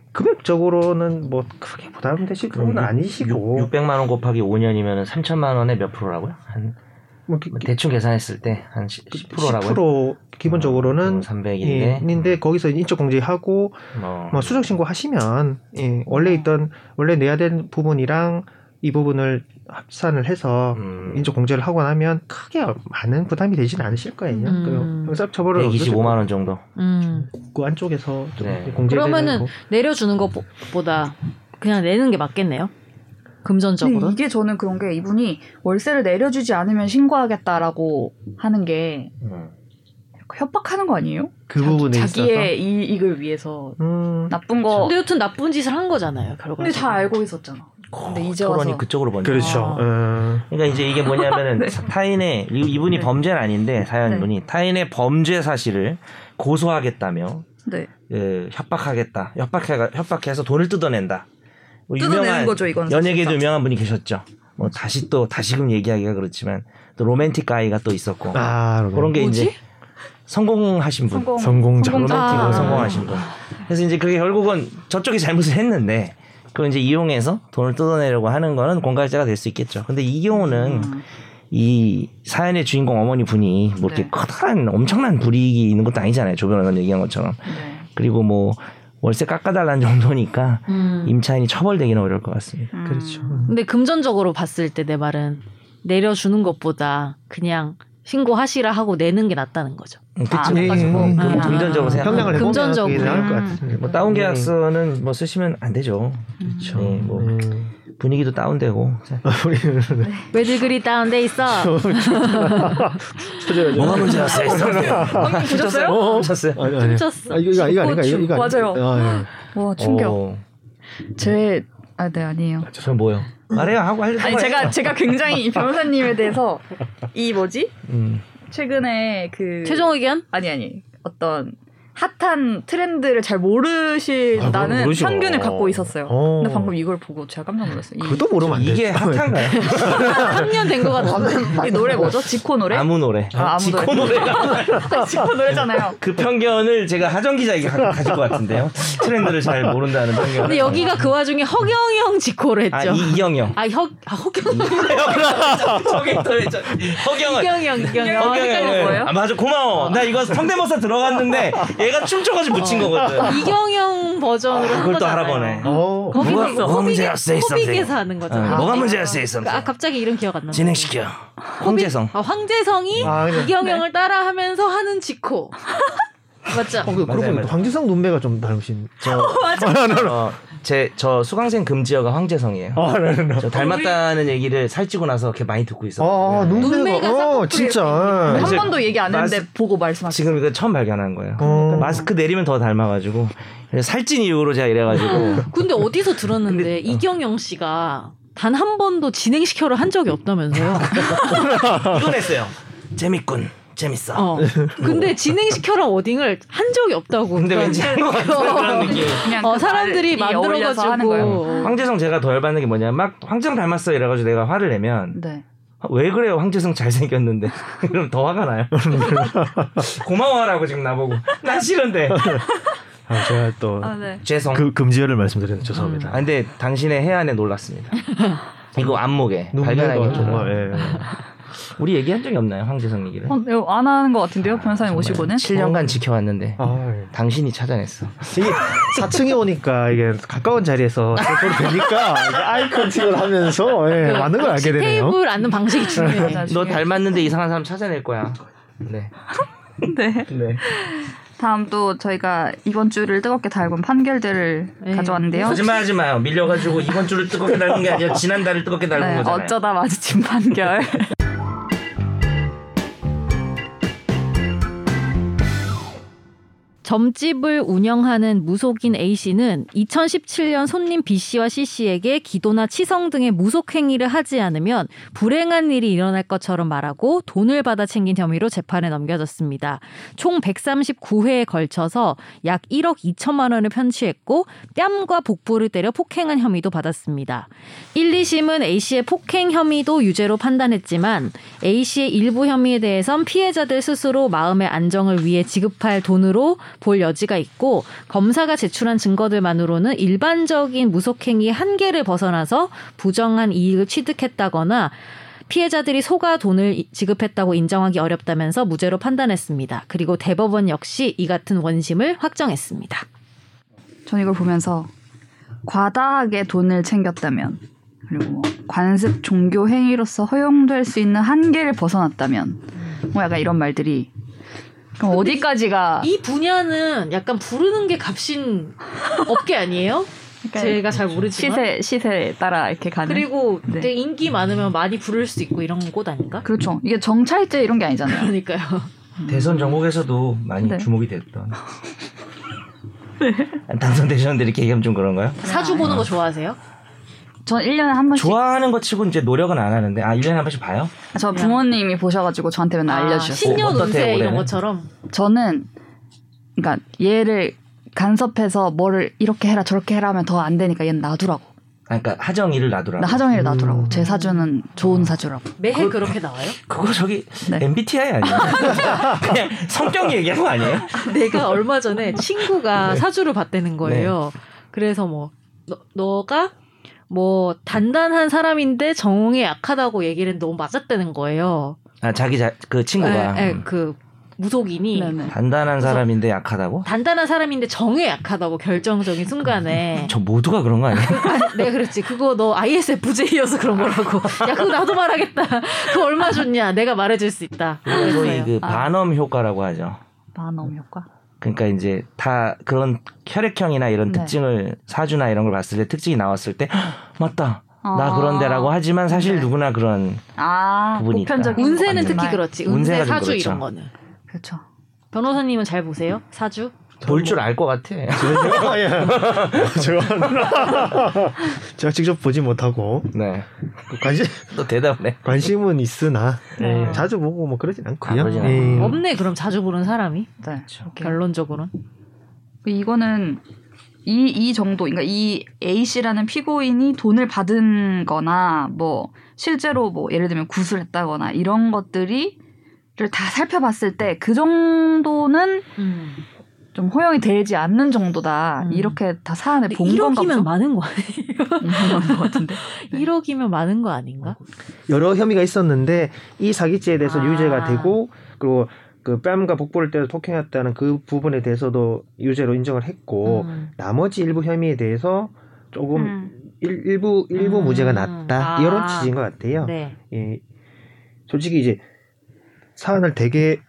Speaker 4: 금액적으로는 뭐 크게 부담되실
Speaker 3: 음,
Speaker 4: 부분은 아니시고
Speaker 3: 600만 원 곱하기 5년이면 3천만 원에 몇 프로라고요? 한
Speaker 4: 뭐 이렇게
Speaker 3: 대충 계산했을 때 한 10%라고요. 음,
Speaker 4: 10%그 기본적으로는
Speaker 3: 그 300인데 음.
Speaker 4: 예, 인데 거기서 인적 공제하고 뭐 수정 신고 하시면 예,
Speaker 3: 음.
Speaker 4: 원래 있던 원래 내야 된 부분이랑 이 부분을 합산을 해서
Speaker 3: 음.
Speaker 4: 인적 공제를 하고 나면 크게 많은 부담이 되진 않으실 거예요.
Speaker 2: 음.
Speaker 4: 그 형사 처벌을
Speaker 3: 125만 원 정도.
Speaker 2: 음.
Speaker 4: 그 안쪽에서 좀
Speaker 3: 네.
Speaker 4: 공제되는 뭐,
Speaker 2: 그러면은
Speaker 4: 거.
Speaker 2: 내려주는 것보다 그냥 내는 게 맞겠네요.
Speaker 1: 근데
Speaker 2: 금전적으로.
Speaker 1: 이게 저는 그런 게 이분이 월세를 내려주지 않으면 신고하겠다라고 하는 게
Speaker 3: 음.
Speaker 1: 협박하는 거 아니에요?
Speaker 4: 그 부분에 있어서
Speaker 1: 자기의 이익을 위해서
Speaker 4: 음,
Speaker 1: 나쁜 거
Speaker 2: 어. 근데 여튼 나쁜 짓을 한 거잖아요. 결과.
Speaker 1: 근데 다 알고 있었잖아. 근데 네, 이제 와서
Speaker 3: 토론이 네, 그쪽으로 번져.
Speaker 4: 그렇죠.
Speaker 2: 아.
Speaker 4: 어,
Speaker 3: 그러니까 이제 이게 뭐냐면은
Speaker 1: 네.
Speaker 3: 타인의 이- 이분이
Speaker 1: 네.
Speaker 3: 범죄는 아닌데 사연분이 타인의 범죄 사실을 고소하겠다며
Speaker 1: 네.
Speaker 3: 예, 협박하겠다. 협박해 협박해서 돈을 뜯어낸다. 뭐
Speaker 1: 뜯어내는
Speaker 3: 유명한
Speaker 1: 거죠, 이건
Speaker 3: 연예계도
Speaker 1: 사실상.
Speaker 3: 유명한 분이 계셨죠. 뭐 다시 또 다시금 얘기하기가 그렇지만 또 로맨틱 가이가 또 있었고
Speaker 4: 아,
Speaker 3: 그런 게
Speaker 2: 뭐지?
Speaker 3: 이제 성공하신 분.
Speaker 1: 성공.
Speaker 4: 성공자.
Speaker 1: 성공자.
Speaker 3: 로맨틱으로
Speaker 2: 아.
Speaker 3: 성공하신 분. 그래서 이제 그게 결국은 저쪽이 잘못을 했는데 그걸 이제 이용해서 돈을 뜯어내려고 하는 거는 공갈죄가 될 수 있겠죠. 근데 이 경우는
Speaker 1: 음.
Speaker 3: 이 사연의 주인공 어머니 분이 뭐 이렇게
Speaker 1: 네.
Speaker 3: 커다란 엄청난 불이익이 있는 것도 아니잖아요. 조 변호사 얘기한 것처럼.
Speaker 1: 네.
Speaker 3: 그리고 뭐 월세 깎아달라는 정도니까
Speaker 2: 음.
Speaker 3: 임차인이 처벌되기는 어려울 것 같습니다.
Speaker 1: 음.
Speaker 4: 그렇죠.
Speaker 2: 근데 금전적으로 봤을 때 내 말은 내려주는 것보다 그냥 신고하시라 하고 내는 게 낫다는 거죠.
Speaker 1: 아,
Speaker 3: 그치?
Speaker 4: 예, 예, 예.
Speaker 3: 뭐, 그
Speaker 2: 아.
Speaker 3: 금전적으로 생각하면
Speaker 4: 평양을 해보면
Speaker 2: 금전적으로. 음.
Speaker 4: 그게 나을 것 같습니다.
Speaker 3: 뭐 다운 계약서는 뭐 쓰시면 안 되죠. 그렇죠.
Speaker 4: 음.
Speaker 3: 뭐 분위기도 다운되고
Speaker 4: 우리는
Speaker 2: 왜들 그리 다운돼 있어?
Speaker 3: 뭐? 뭐가 문제였어요?
Speaker 2: 형님 보셨어요?
Speaker 3: 쳤어요.
Speaker 4: 아니, 아니.
Speaker 2: 훔쳤어.
Speaker 4: 아, 이거 이거 이거 아닌가? 이거 이거
Speaker 2: 맞아요.
Speaker 4: 아닌가? 아,
Speaker 1: 와 충격.
Speaker 3: 어,
Speaker 1: 제 아, 네, 아니에요.
Speaker 3: 저는 뭐요? 말해요 하고 하려고
Speaker 1: 아니, 제가, 제가 굉장히 변호사님에 대해서, 이 뭐지?
Speaker 3: 음.
Speaker 1: 최근에 그.
Speaker 2: 최종 의견?
Speaker 1: 아니 아니 어떤 핫한 트렌드를 잘 모르신다는
Speaker 3: 아, 모르죠.
Speaker 1: 편견을 갖고 있었어요.
Speaker 4: 어.
Speaker 1: 근데 방금 이걸 보고 제가 깜짝 놀랐어요. 이,
Speaker 4: 예. 그것도 모르면 안 돼.
Speaker 3: 이게 핫한가요?
Speaker 2: 3년 된 것 같은데.
Speaker 1: 이 노래 뭐죠? 지코 노래?
Speaker 3: 아무 노래.
Speaker 1: 아, 아무
Speaker 3: 지코 노래가
Speaker 1: 지코 노래잖아요.
Speaker 3: 그 편견을 제가 하정 기자에게 가- 가질 것 같은데요. 트렌드를 잘 모른다는 편견.
Speaker 2: 근데 여기가 그 와중에 허경영 직고를
Speaker 3: 아
Speaker 2: 했죠.
Speaker 3: 이경영.
Speaker 2: 아, 혁, 아, 허경영.
Speaker 3: 저기 저- 저- 허경은
Speaker 2: 허경영, 이경영.
Speaker 1: 허경영. 헷갈린 거예요?
Speaker 3: 아 맞아 고마워. 나 이거 성대모사 들어갔는데 얘가 춤춰가지고 붙인 거거든.
Speaker 2: 이경영 버전으로 한
Speaker 3: 그걸 또
Speaker 2: 거잖아요.
Speaker 3: 알아보네.
Speaker 4: 어.
Speaker 2: 거기서
Speaker 3: 뭐가- 뭐가 문제였어, 이
Speaker 2: 호빅에서
Speaker 3: 선생님?
Speaker 2: 하는 거잖아요.
Speaker 3: 어, 뭐가
Speaker 2: 호빅에서.
Speaker 3: 문제였어, 이 선생님?
Speaker 2: 아, 갑자기 이름 기억 안 나.
Speaker 3: 진행시켜. 황재성.
Speaker 2: 아, 황재성이
Speaker 4: 아, 그냥-
Speaker 2: 이경영을 따라하면서 하는 지코. 맞죠?
Speaker 4: 어, 그, 그러고
Speaker 3: 맞아요,
Speaker 4: 보니까
Speaker 3: 맞아요.
Speaker 4: 황지성 눈매가 좀 닮으신.
Speaker 3: 어, 제저 수강생 금지어가 황재성이에요.
Speaker 4: 아, 네, 네, 네.
Speaker 3: 저 닮았다는 얘기를 살찌고 나서 이렇게 많이 듣고 있어.
Speaker 4: 아,
Speaker 2: 눈매가 음.
Speaker 4: 눈매가, 어,
Speaker 2: 쌍꺼풀이에요.
Speaker 4: 진짜.
Speaker 1: 한
Speaker 3: 이제
Speaker 1: 번도 얘기 안 했는데
Speaker 3: 마스-
Speaker 1: 보고 말씀하셨어요.
Speaker 3: 네. 지금 이거 처음 발견한 거예요. 그러니까
Speaker 4: 어.
Speaker 3: 마스크 내리면 더 닮아가지고 그래서 살찐 이유로 제가 이래가지고
Speaker 2: 근데 어디서 들었는데 이경영 씨가 단 한 번도 진행시켜를 한 적이 없다면서요.
Speaker 3: 이건 했어요. 재밌군, 재밌어.
Speaker 2: 어. 근데 진행시켜라 워딩을 한 적이 없다고. 그러니까
Speaker 3: 근데 왠지 한 것 같은 그런 느낌.
Speaker 1: 그냥
Speaker 2: 어,
Speaker 1: 그
Speaker 2: 사람들이
Speaker 1: 말이 어울려서 하는 거예요.
Speaker 2: 만들어가지고.
Speaker 3: 음. 황재성 제가 더 열받는 게 뭐냐 막 황재성 닮았어 이래가지고 내가 화를 내면
Speaker 1: 네.
Speaker 3: 아, 왜 그래요 황재성 잘생겼는데 그럼 더 화가 나요 고마워하라고 지금 나보고 난 싫은데
Speaker 4: 아, 제가 또.
Speaker 1: 아 네.
Speaker 3: 죄송
Speaker 4: 그 금지어를 말씀드렸는데 죄송합니다.
Speaker 3: 아, 근데 당신의 해안에 놀랐습니다 이거
Speaker 2: 음.
Speaker 3: 안목에 네. 발견하기
Speaker 4: 눈매가
Speaker 3: 정말
Speaker 4: 정말. 예.
Speaker 3: 우리 얘기한 적이 없나요 황재성 얘기를
Speaker 1: 어, 이거 안 하는 것 같은데요, 변호사님 오시고는.
Speaker 3: 7년간 지켜왔는데
Speaker 4: 아, 예.
Speaker 3: 당신이 찾아냈어
Speaker 4: 이게 4층에 오니까 이게 가까운 자리에서 소리 되니까 이게 아이 컨택을 하면서 예, 많은 걸 알게 되네요.
Speaker 2: 그 테이블 앉는 방식이 중요해요.
Speaker 1: 어, 네, 맞아,
Speaker 3: 너
Speaker 1: 중요해요.
Speaker 3: 닮았는데 이상한 사람 찾아낼 거야 네
Speaker 1: 네.
Speaker 3: 네.
Speaker 1: 다음 또 저희가 이번 주를 뜨겁게 달군 판결들을
Speaker 2: 네.
Speaker 1: 가져왔는데요.
Speaker 3: 거짓말 하지 마요 밀려가지고 이번 주를 뜨겁게 달군 게 아니라 지난달을 뜨겁게 달군
Speaker 1: 네,
Speaker 3: 거잖아요
Speaker 1: 어쩌다 마주친 판결.
Speaker 2: 점집을 운영하는 무속인 A 씨는 2017년 손님 B 씨와 C 씨에게 기도나 치성 등의 무속 행위를 하지 않으면 불행한 일이 일어날 것처럼 말하고 돈을 받아 챙긴 혐의로 재판에 넘겨졌습니다. 총 139회에 걸쳐서 약 1억 2천만 원을 편취했고 뺨과 복부를 때려 폭행한 혐의도 받았습니다. 1, 2심은 A 씨의 폭행 혐의도 유죄로 판단했지만 A 씨의 일부 혐의에 대해선 피해자들 스스로 마음의 안정을 위해 지급할 돈으로 볼 여지가 있고 검사가 제출한 증거들만으로는 일반적인 무속행위 한계를 벗어나서 부정한 이익을 취득했다거나 피해자들이 소가 돈을 이- 지급했다고 인정하기 어렵다면서 무죄로 판단했습니다. 그리고 대법원 역시 이 같은 원심을 확정했습니다.
Speaker 1: 전 이걸 보면서 과다하게 돈을 챙겼다면 그리고 뭐 관습 종교 행위로서 허용될 수 있는 한계를 벗어났다면 뭐 약간 이런 말들이 그럼 어디까지가
Speaker 2: 이 분야는 약간 부르는 게 값인 업계 아니에요?
Speaker 1: 약간
Speaker 2: 제가 잘 모르지만
Speaker 1: 그러니까
Speaker 2: 네.
Speaker 1: 시세 시세에 따라 이렇게 가는
Speaker 2: 그러니까 그렇죠. 그리고
Speaker 1: 네.
Speaker 2: 되게 인기 많으면 많이 부를 수 있고 이런 곳 아닌가?
Speaker 1: 그렇죠 이게 정찰제 이런 게 아니잖아요
Speaker 2: 그러니까요.
Speaker 3: 대선 전국에서도 많이
Speaker 1: 네.
Speaker 3: 주목이 됐던 당선되셨는데 이렇게 얘기하면 좀 그런가요?
Speaker 2: 사주 보는 거 좋아하세요?
Speaker 1: 전 1년에 한 번씩
Speaker 3: 좋아하는 것 치고 이제 노력은 안 하는데 아 1년에 한 번씩 봐요?
Speaker 1: 저 부모님이 보셔가지고 저한테
Speaker 2: 아,
Speaker 1: 맨날 알려주셨어요
Speaker 2: 신년
Speaker 3: 어떻대요,
Speaker 2: 운세 이런
Speaker 3: 올해는?
Speaker 2: 것처럼.
Speaker 1: 저는 그러니까 얘를 간섭해서 뭐를 이렇게 해라 저렇게 해라 하면 더 안 되니까 얘는 놔두라고
Speaker 3: 아, 그러니까 하정이를 놔두라.
Speaker 1: 나 하정이를 놔두라고 제 사주는 좋은 사주라고
Speaker 2: 매해 그, 렇게 나와요?
Speaker 3: 그거 저기
Speaker 1: 네.
Speaker 3: MBTI 아니에요? 그냥 성격 얘기한 거 아니에요?
Speaker 2: 내가 얼마 전에
Speaker 3: 네.
Speaker 2: 친구가 사주를 봤다는 거예요. 그래서 뭐 너, 가뭐 단단한 사람인데 정에 약하다고 얘기를 했는데 너무 맞았다는 거예요.
Speaker 1: 네,
Speaker 3: 아 자기 자, 그 친구가
Speaker 2: 에, 에, 그 무속인이
Speaker 1: 네네.
Speaker 3: 단단한 사람인데 약하다고?
Speaker 2: 단단한 사람인데 정에 약하다고 결정적인 순간에
Speaker 3: 저 모두가 그런 거 아니야?
Speaker 2: 내가 그랬지 그거 너 ISFJ여서 그런 거라고 야 그거 나도 말하겠다 그거 얼마 줬냐 내가 말해줄 수 있다
Speaker 3: 거의
Speaker 2: 그랬어요.
Speaker 3: 그
Speaker 1: 아.
Speaker 3: 반엄 효과라고 하죠.
Speaker 1: 만엄 효과.
Speaker 3: 그러니까 이제 다 그런 혈액형이나 이런
Speaker 1: 네.
Speaker 3: 특징을 사주나 이런 걸 봤을 때 특징이 나왔을 때 "헉, 맞다 나
Speaker 1: 아.
Speaker 3: 그런데라고 하지만 사실
Speaker 1: 네.
Speaker 3: 누구나 그런
Speaker 1: 아
Speaker 3: 부분이 있다.
Speaker 1: 보편적인
Speaker 2: 운세는
Speaker 1: 것 같은
Speaker 2: 특히
Speaker 1: 말.
Speaker 2: 그렇지
Speaker 3: 운세가
Speaker 2: 운세
Speaker 3: 좀
Speaker 2: 사주
Speaker 3: 그렇죠.
Speaker 2: 이런 거는
Speaker 1: 그렇죠.
Speaker 2: 변호사님은 잘 보세요 사주
Speaker 3: 볼 줄 알 것 같아.
Speaker 4: 아, 예. 제가- 제가 직접 보지 못하고
Speaker 3: 네.
Speaker 4: 관심
Speaker 3: 또 대답해.
Speaker 4: 관심은 있으나
Speaker 2: 네. 음.
Speaker 4: 예, 자주 보고 뭐 그러진 않고요.
Speaker 3: 아, 그러진
Speaker 4: 예.
Speaker 2: 없네 그럼 자주 보는 사람이
Speaker 1: 네.
Speaker 2: 결론적으로는
Speaker 1: 이거는 이, 이 정도, 그러니까 이 A씨라는 피고인이 돈을 받은 거나, 뭐, 실제로 뭐, 예를 들면 구술했다거나, 이런 것들이, 를다 살펴봤을 때, 그 정도는
Speaker 2: 음.
Speaker 1: 좀 허용이 되지 않는 정도다.
Speaker 2: 음.
Speaker 1: 이렇게 다 사안을
Speaker 2: 근데
Speaker 1: 본 건가
Speaker 2: 1억이면
Speaker 1: 보죠?
Speaker 2: 많은 거 아니에요?
Speaker 1: 것 같은데.
Speaker 2: 1억이면 많은 거 아닌가?
Speaker 4: 여러 혐의가 있었는데 이 사기죄에 대해서
Speaker 2: 아.
Speaker 4: 유죄가 되고 그리고 그 뺨과 복부를 때려 폭행했다는 그 부분에 대해서도 유죄로 인정을 했고
Speaker 2: 음.
Speaker 4: 나머지 일부 혐의에 대해서 조금
Speaker 1: 음.
Speaker 4: 일, 부 일부
Speaker 2: 음.
Speaker 4: 무죄가 났다
Speaker 2: 아.
Speaker 4: 이런 취지인 것 같아요.
Speaker 2: 네.
Speaker 4: 예, 솔직히 이제 사안을 되게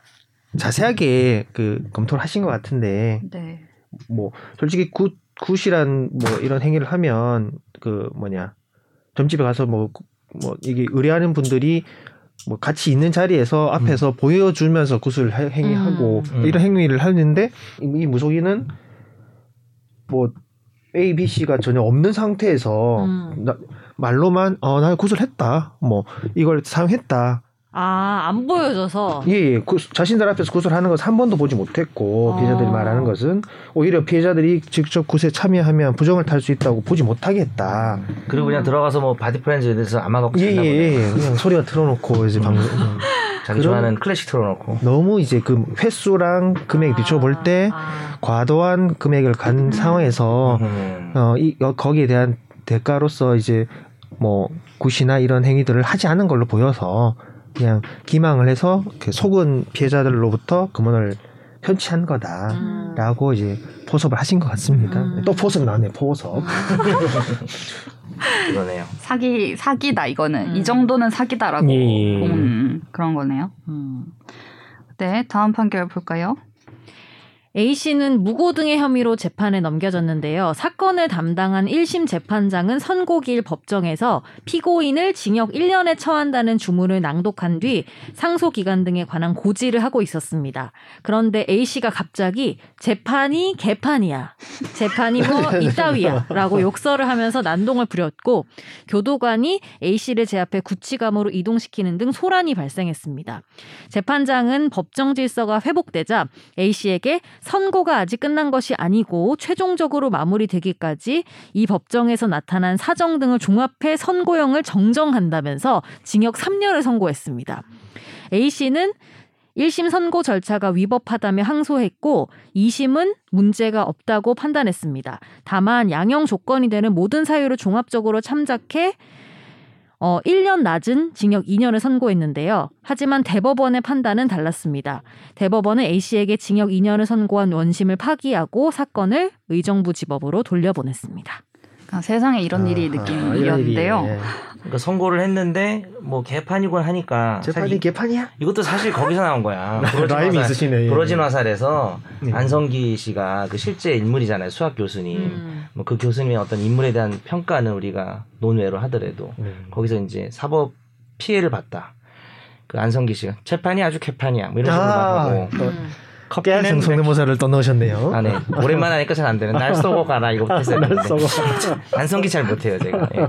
Speaker 4: 자세하게 그 검토를 하신 것 같은데
Speaker 1: 네.
Speaker 4: 뭐 솔직히 굿 굿이란 뭐 이런 행위를 하면 그 뭐냐 점집에 가서 뭐 뭐 이게 의뢰하는 분들이 뭐 같이 있는 자리에서 앞에서 보여주면서 굿을 하- 행위하고
Speaker 3: 음.
Speaker 4: 이런 행위를 하는데 이, 이 무속인은 뭐 A, B, C가 전혀 없는 상태에서
Speaker 2: 음.
Speaker 4: 나- 말로만 어 나 굿을 했다 뭐 이걸 사용했다
Speaker 2: 아, 안 보여줘서.
Speaker 4: 예, 예. 그 자신들 앞에서 구술하는 것을 한 번도 보지 못했고
Speaker 2: 어.
Speaker 4: 피해자들이 말하는 것은 오히려 피해자들이 직접 구술에 참여하면 부정을 탈 수 있다고 보지 못하게 했다.
Speaker 3: 그리고
Speaker 1: 음.
Speaker 3: 그냥 들어가서 뭐 바디 프렌즈에 대해서 아마 갖고
Speaker 4: 예, 예,
Speaker 3: 싶나 보네.
Speaker 4: 예. 그냥 소리가 틀어놓고 이제 방송 음.
Speaker 3: 자기
Speaker 4: 그럼-
Speaker 3: 좋아하는 클래식 틀어놓고.
Speaker 4: 너무 이제 그 횟수랑 금액이
Speaker 2: 아,
Speaker 4: 비춰볼 때
Speaker 2: 아.
Speaker 4: 과도한 금액을 간 상황에서
Speaker 3: 음.
Speaker 4: 어, 이 어, 거기에 대한 대가로서 이제 뭐 굿이나 이런 행위들을 하지 않은 걸로 보여서 그냥 기망을 해서 이렇게 속은 피해자들로부터 금원을 편취한 거다.
Speaker 2: 음.
Speaker 4: 라고 이제 포섭을 하신 것 같습니다.
Speaker 2: 음.
Speaker 4: 또 포섭 나네, 포섭.
Speaker 3: 그러네요.
Speaker 1: 사기, 사기다, 이거는.
Speaker 2: 음.
Speaker 1: 이 정도는 사기다라고.
Speaker 4: 예, 예, 예.
Speaker 1: 음, 그런 거네요. 음. 네, 다음 판결 볼까요?
Speaker 2: A씨는 무고 등의 혐의로 재판에 넘겨졌는데요. 사건을 담당한 1심 재판장은 선고기일 법정에서 피고인을 징역 1년에 처한다는 주문을 낭독한 뒤 상소기간 등에 관한 고지를 하고 있었습니다. 그런데 A씨가 갑자기 재판이 개판이야. 재판이 뭐 이따위야. 라고 욕설을 하면서 난동을 부렸고 교도관이 A씨를 제압해 구치감으로 이동시키는 등 소란이 발생했습니다. 재판장은 법정 질서가 회복되자 A씨에게 선고가 아직 끝난 것이 아니고 최종적으로 마무리되기까지 이 법정에서 나타난 사정 등을 종합해 선고형을 정정한다면서 징역 3년을 선고했습니다. A씨는 1심 선고 절차가 위법하다며 항소했고 2심은 문제가 없다고 판단했습니다. 다만 양형 조건이 되는 모든 사유를 종합적으로 참작해 어, 1년 낮은 징역 2년을 선고했는데요. 하지만 대법원의 판단은 달랐습니다. 대법원은 A씨에게 징역 2년을 선고한 원심을 파기하고 사건을 의정부지법으로 돌려보냈습니다.
Speaker 1: 아, 세상에 이런 일이
Speaker 4: 아하,
Speaker 1: 느낌이었는데요.
Speaker 4: 이런 예. 일이,
Speaker 3: 그러니까 선고를 했는데 뭐 개판이고
Speaker 4: 예.
Speaker 3: 하니까 사실
Speaker 4: 재판이
Speaker 3: 이-
Speaker 4: 개판이야?
Speaker 3: 이것도 사실 거기서 나온 거야. 아, 부러진
Speaker 4: 라임이
Speaker 3: 화살-
Speaker 4: 있으시네. 예.
Speaker 3: 부러진 화살에서
Speaker 4: 예.
Speaker 3: 안성기 씨가 그 실제 인물이잖아요. 수학 교수님.
Speaker 1: 음.
Speaker 2: 음.
Speaker 3: 뭐 그 교수님의 어떤 인물에 대한 평가는 우리가 논외로 하더라도
Speaker 4: 음.
Speaker 3: 거기서 이제 사법 피해를 봤다. 그 안성기 씨가 재판이 아주 개판이야. 뭐 이런 식으로
Speaker 4: 아,
Speaker 3: 말하고
Speaker 4: 또
Speaker 2: 음.
Speaker 3: 커피는
Speaker 4: 깨알성 성대모사를 또 넣으셨네요. 아,
Speaker 3: 아네 오랜만에 하니까 잘 안 되는 날 써고 가라 이거부터 했어야 되는데
Speaker 4: 써고.
Speaker 3: 안성기 잘 못해요 제가 예.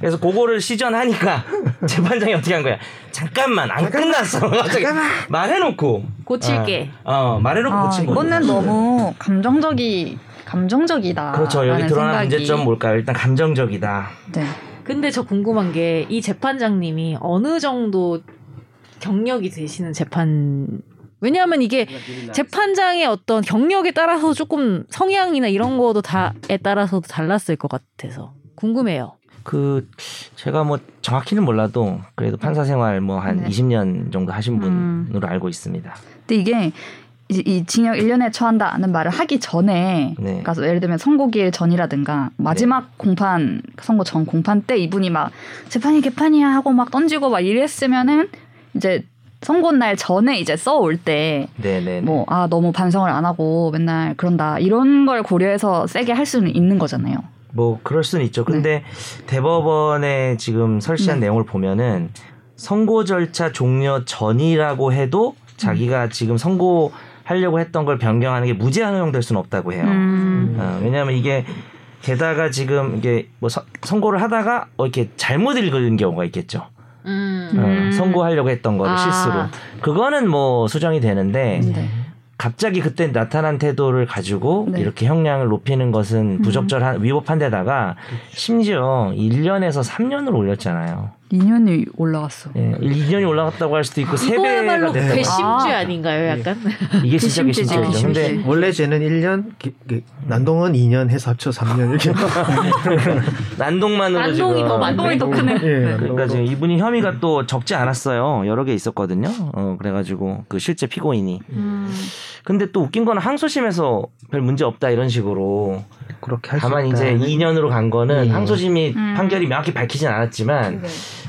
Speaker 3: 그래서 그거를 시전하니까 재판장이 어떻게 한 거야 잠깐만 안 끝났어 갑자기 말해놓고
Speaker 2: 고칠게.
Speaker 3: 어, 어, 말해놓고
Speaker 1: 아,
Speaker 3: 고친 거죠
Speaker 1: 이거는 너무 감정적이 감정적이다.
Speaker 3: 그렇죠 여기
Speaker 1: 라는
Speaker 3: 드러난
Speaker 1: 생각이-
Speaker 3: 문제점 뭘까요 일단 감정적이다
Speaker 1: 네.
Speaker 3: 아.
Speaker 2: 근데 저 궁금한 게 이 재판장님이 어느 정도 경력이 되시는 재판 왜냐하면 이게 재판장의 어떤 경력에 따라서 조금 성향이나 이런 거도 다에 따라서도 달랐을 것 같아서 궁금해요.
Speaker 3: 그 제가 뭐 정확히는 몰라도 그래도 판사 생활 뭐 한
Speaker 1: 네.
Speaker 3: 20년 정도 하신
Speaker 1: 음.
Speaker 3: 분으로 알고 있습니다.
Speaker 1: 근데 이게 이, 이 징역 1년에 처한다는 말을 하기 전에
Speaker 3: 네.
Speaker 1: 그러니까 예를 들면 선고기일 전이라든가 마지막 공판 선고 전 공판 때 이분이 막 재판이 개판이야 하고 막 던지고 막 이랬으면은 이제 선고 날 전에 이제 써올 때
Speaker 3: 네네.
Speaker 1: 뭐 아 너무 반성을 안 하고 맨날 그런다 이런 걸 고려해서 세게 할 수는 있는 거잖아요.
Speaker 3: 뭐 그럴 수는 있죠. 근데
Speaker 1: 네.
Speaker 3: 대법원의 지금 설시한 내용을 보면은 선고 절차 종료 전이라고 해도
Speaker 1: 음.
Speaker 3: 자기가 지금 선고하려고 했던 걸 변경하는 게 무죄 항용될 수는 없다고 해요.
Speaker 1: 음.
Speaker 3: 어, 왜냐하면 이게 게다가 지금 이게 뭐 서- 선고를 하다가 어, 이렇게 잘못 읽은 경우가 있겠죠.
Speaker 2: 음.
Speaker 3: 어,
Speaker 1: 음.
Speaker 3: 선고하려고 했던 거를
Speaker 2: 아.
Speaker 3: 실수로 그거는 뭐 수정이 되는데
Speaker 1: 네.
Speaker 3: 갑자기 그때 나타난 태도를 가지고
Speaker 1: 네.
Speaker 3: 이렇게 형량을 높이는 것은 부적절한 위법한 데다가 심지어 1년에서 3년을 올렸잖아요.
Speaker 1: 2년이 올라갔어.
Speaker 3: 예, 2년이 올라갔다고 할 수도 있고 세배가 예.
Speaker 2: 그거야말로
Speaker 3: 됐다고
Speaker 2: 괘씸죄
Speaker 1: 아.
Speaker 2: 아닌가요, 약간?
Speaker 3: 이게 진짜
Speaker 1: 괘씸죄지,
Speaker 3: 괘씸죄죠. 근데
Speaker 1: 괘씸죄.
Speaker 4: 원래 쟤는 1년, 기- 기- 난동은 2년 해서 합쳐 3년 이렇게.
Speaker 3: 난동만으로
Speaker 2: 난동이 뭐
Speaker 3: 지금
Speaker 2: 더 난동이 더 크네.
Speaker 4: 예,
Speaker 3: 그러니까 지금 이분이 혐의가 또 적지 않았어요. 여러 개 있었거든요. 어, 그래가지고 그 실제 피고인이.
Speaker 2: 음.
Speaker 3: 근데 또 웃긴 거는 항소심에서 별 문제 없다 이런 식으로.
Speaker 4: 그렇게 할수 예.
Speaker 3: 다만 이제 2년으로 간 거는 항소심이
Speaker 1: 음.
Speaker 3: 판결이 명확히 밝히진 않았지만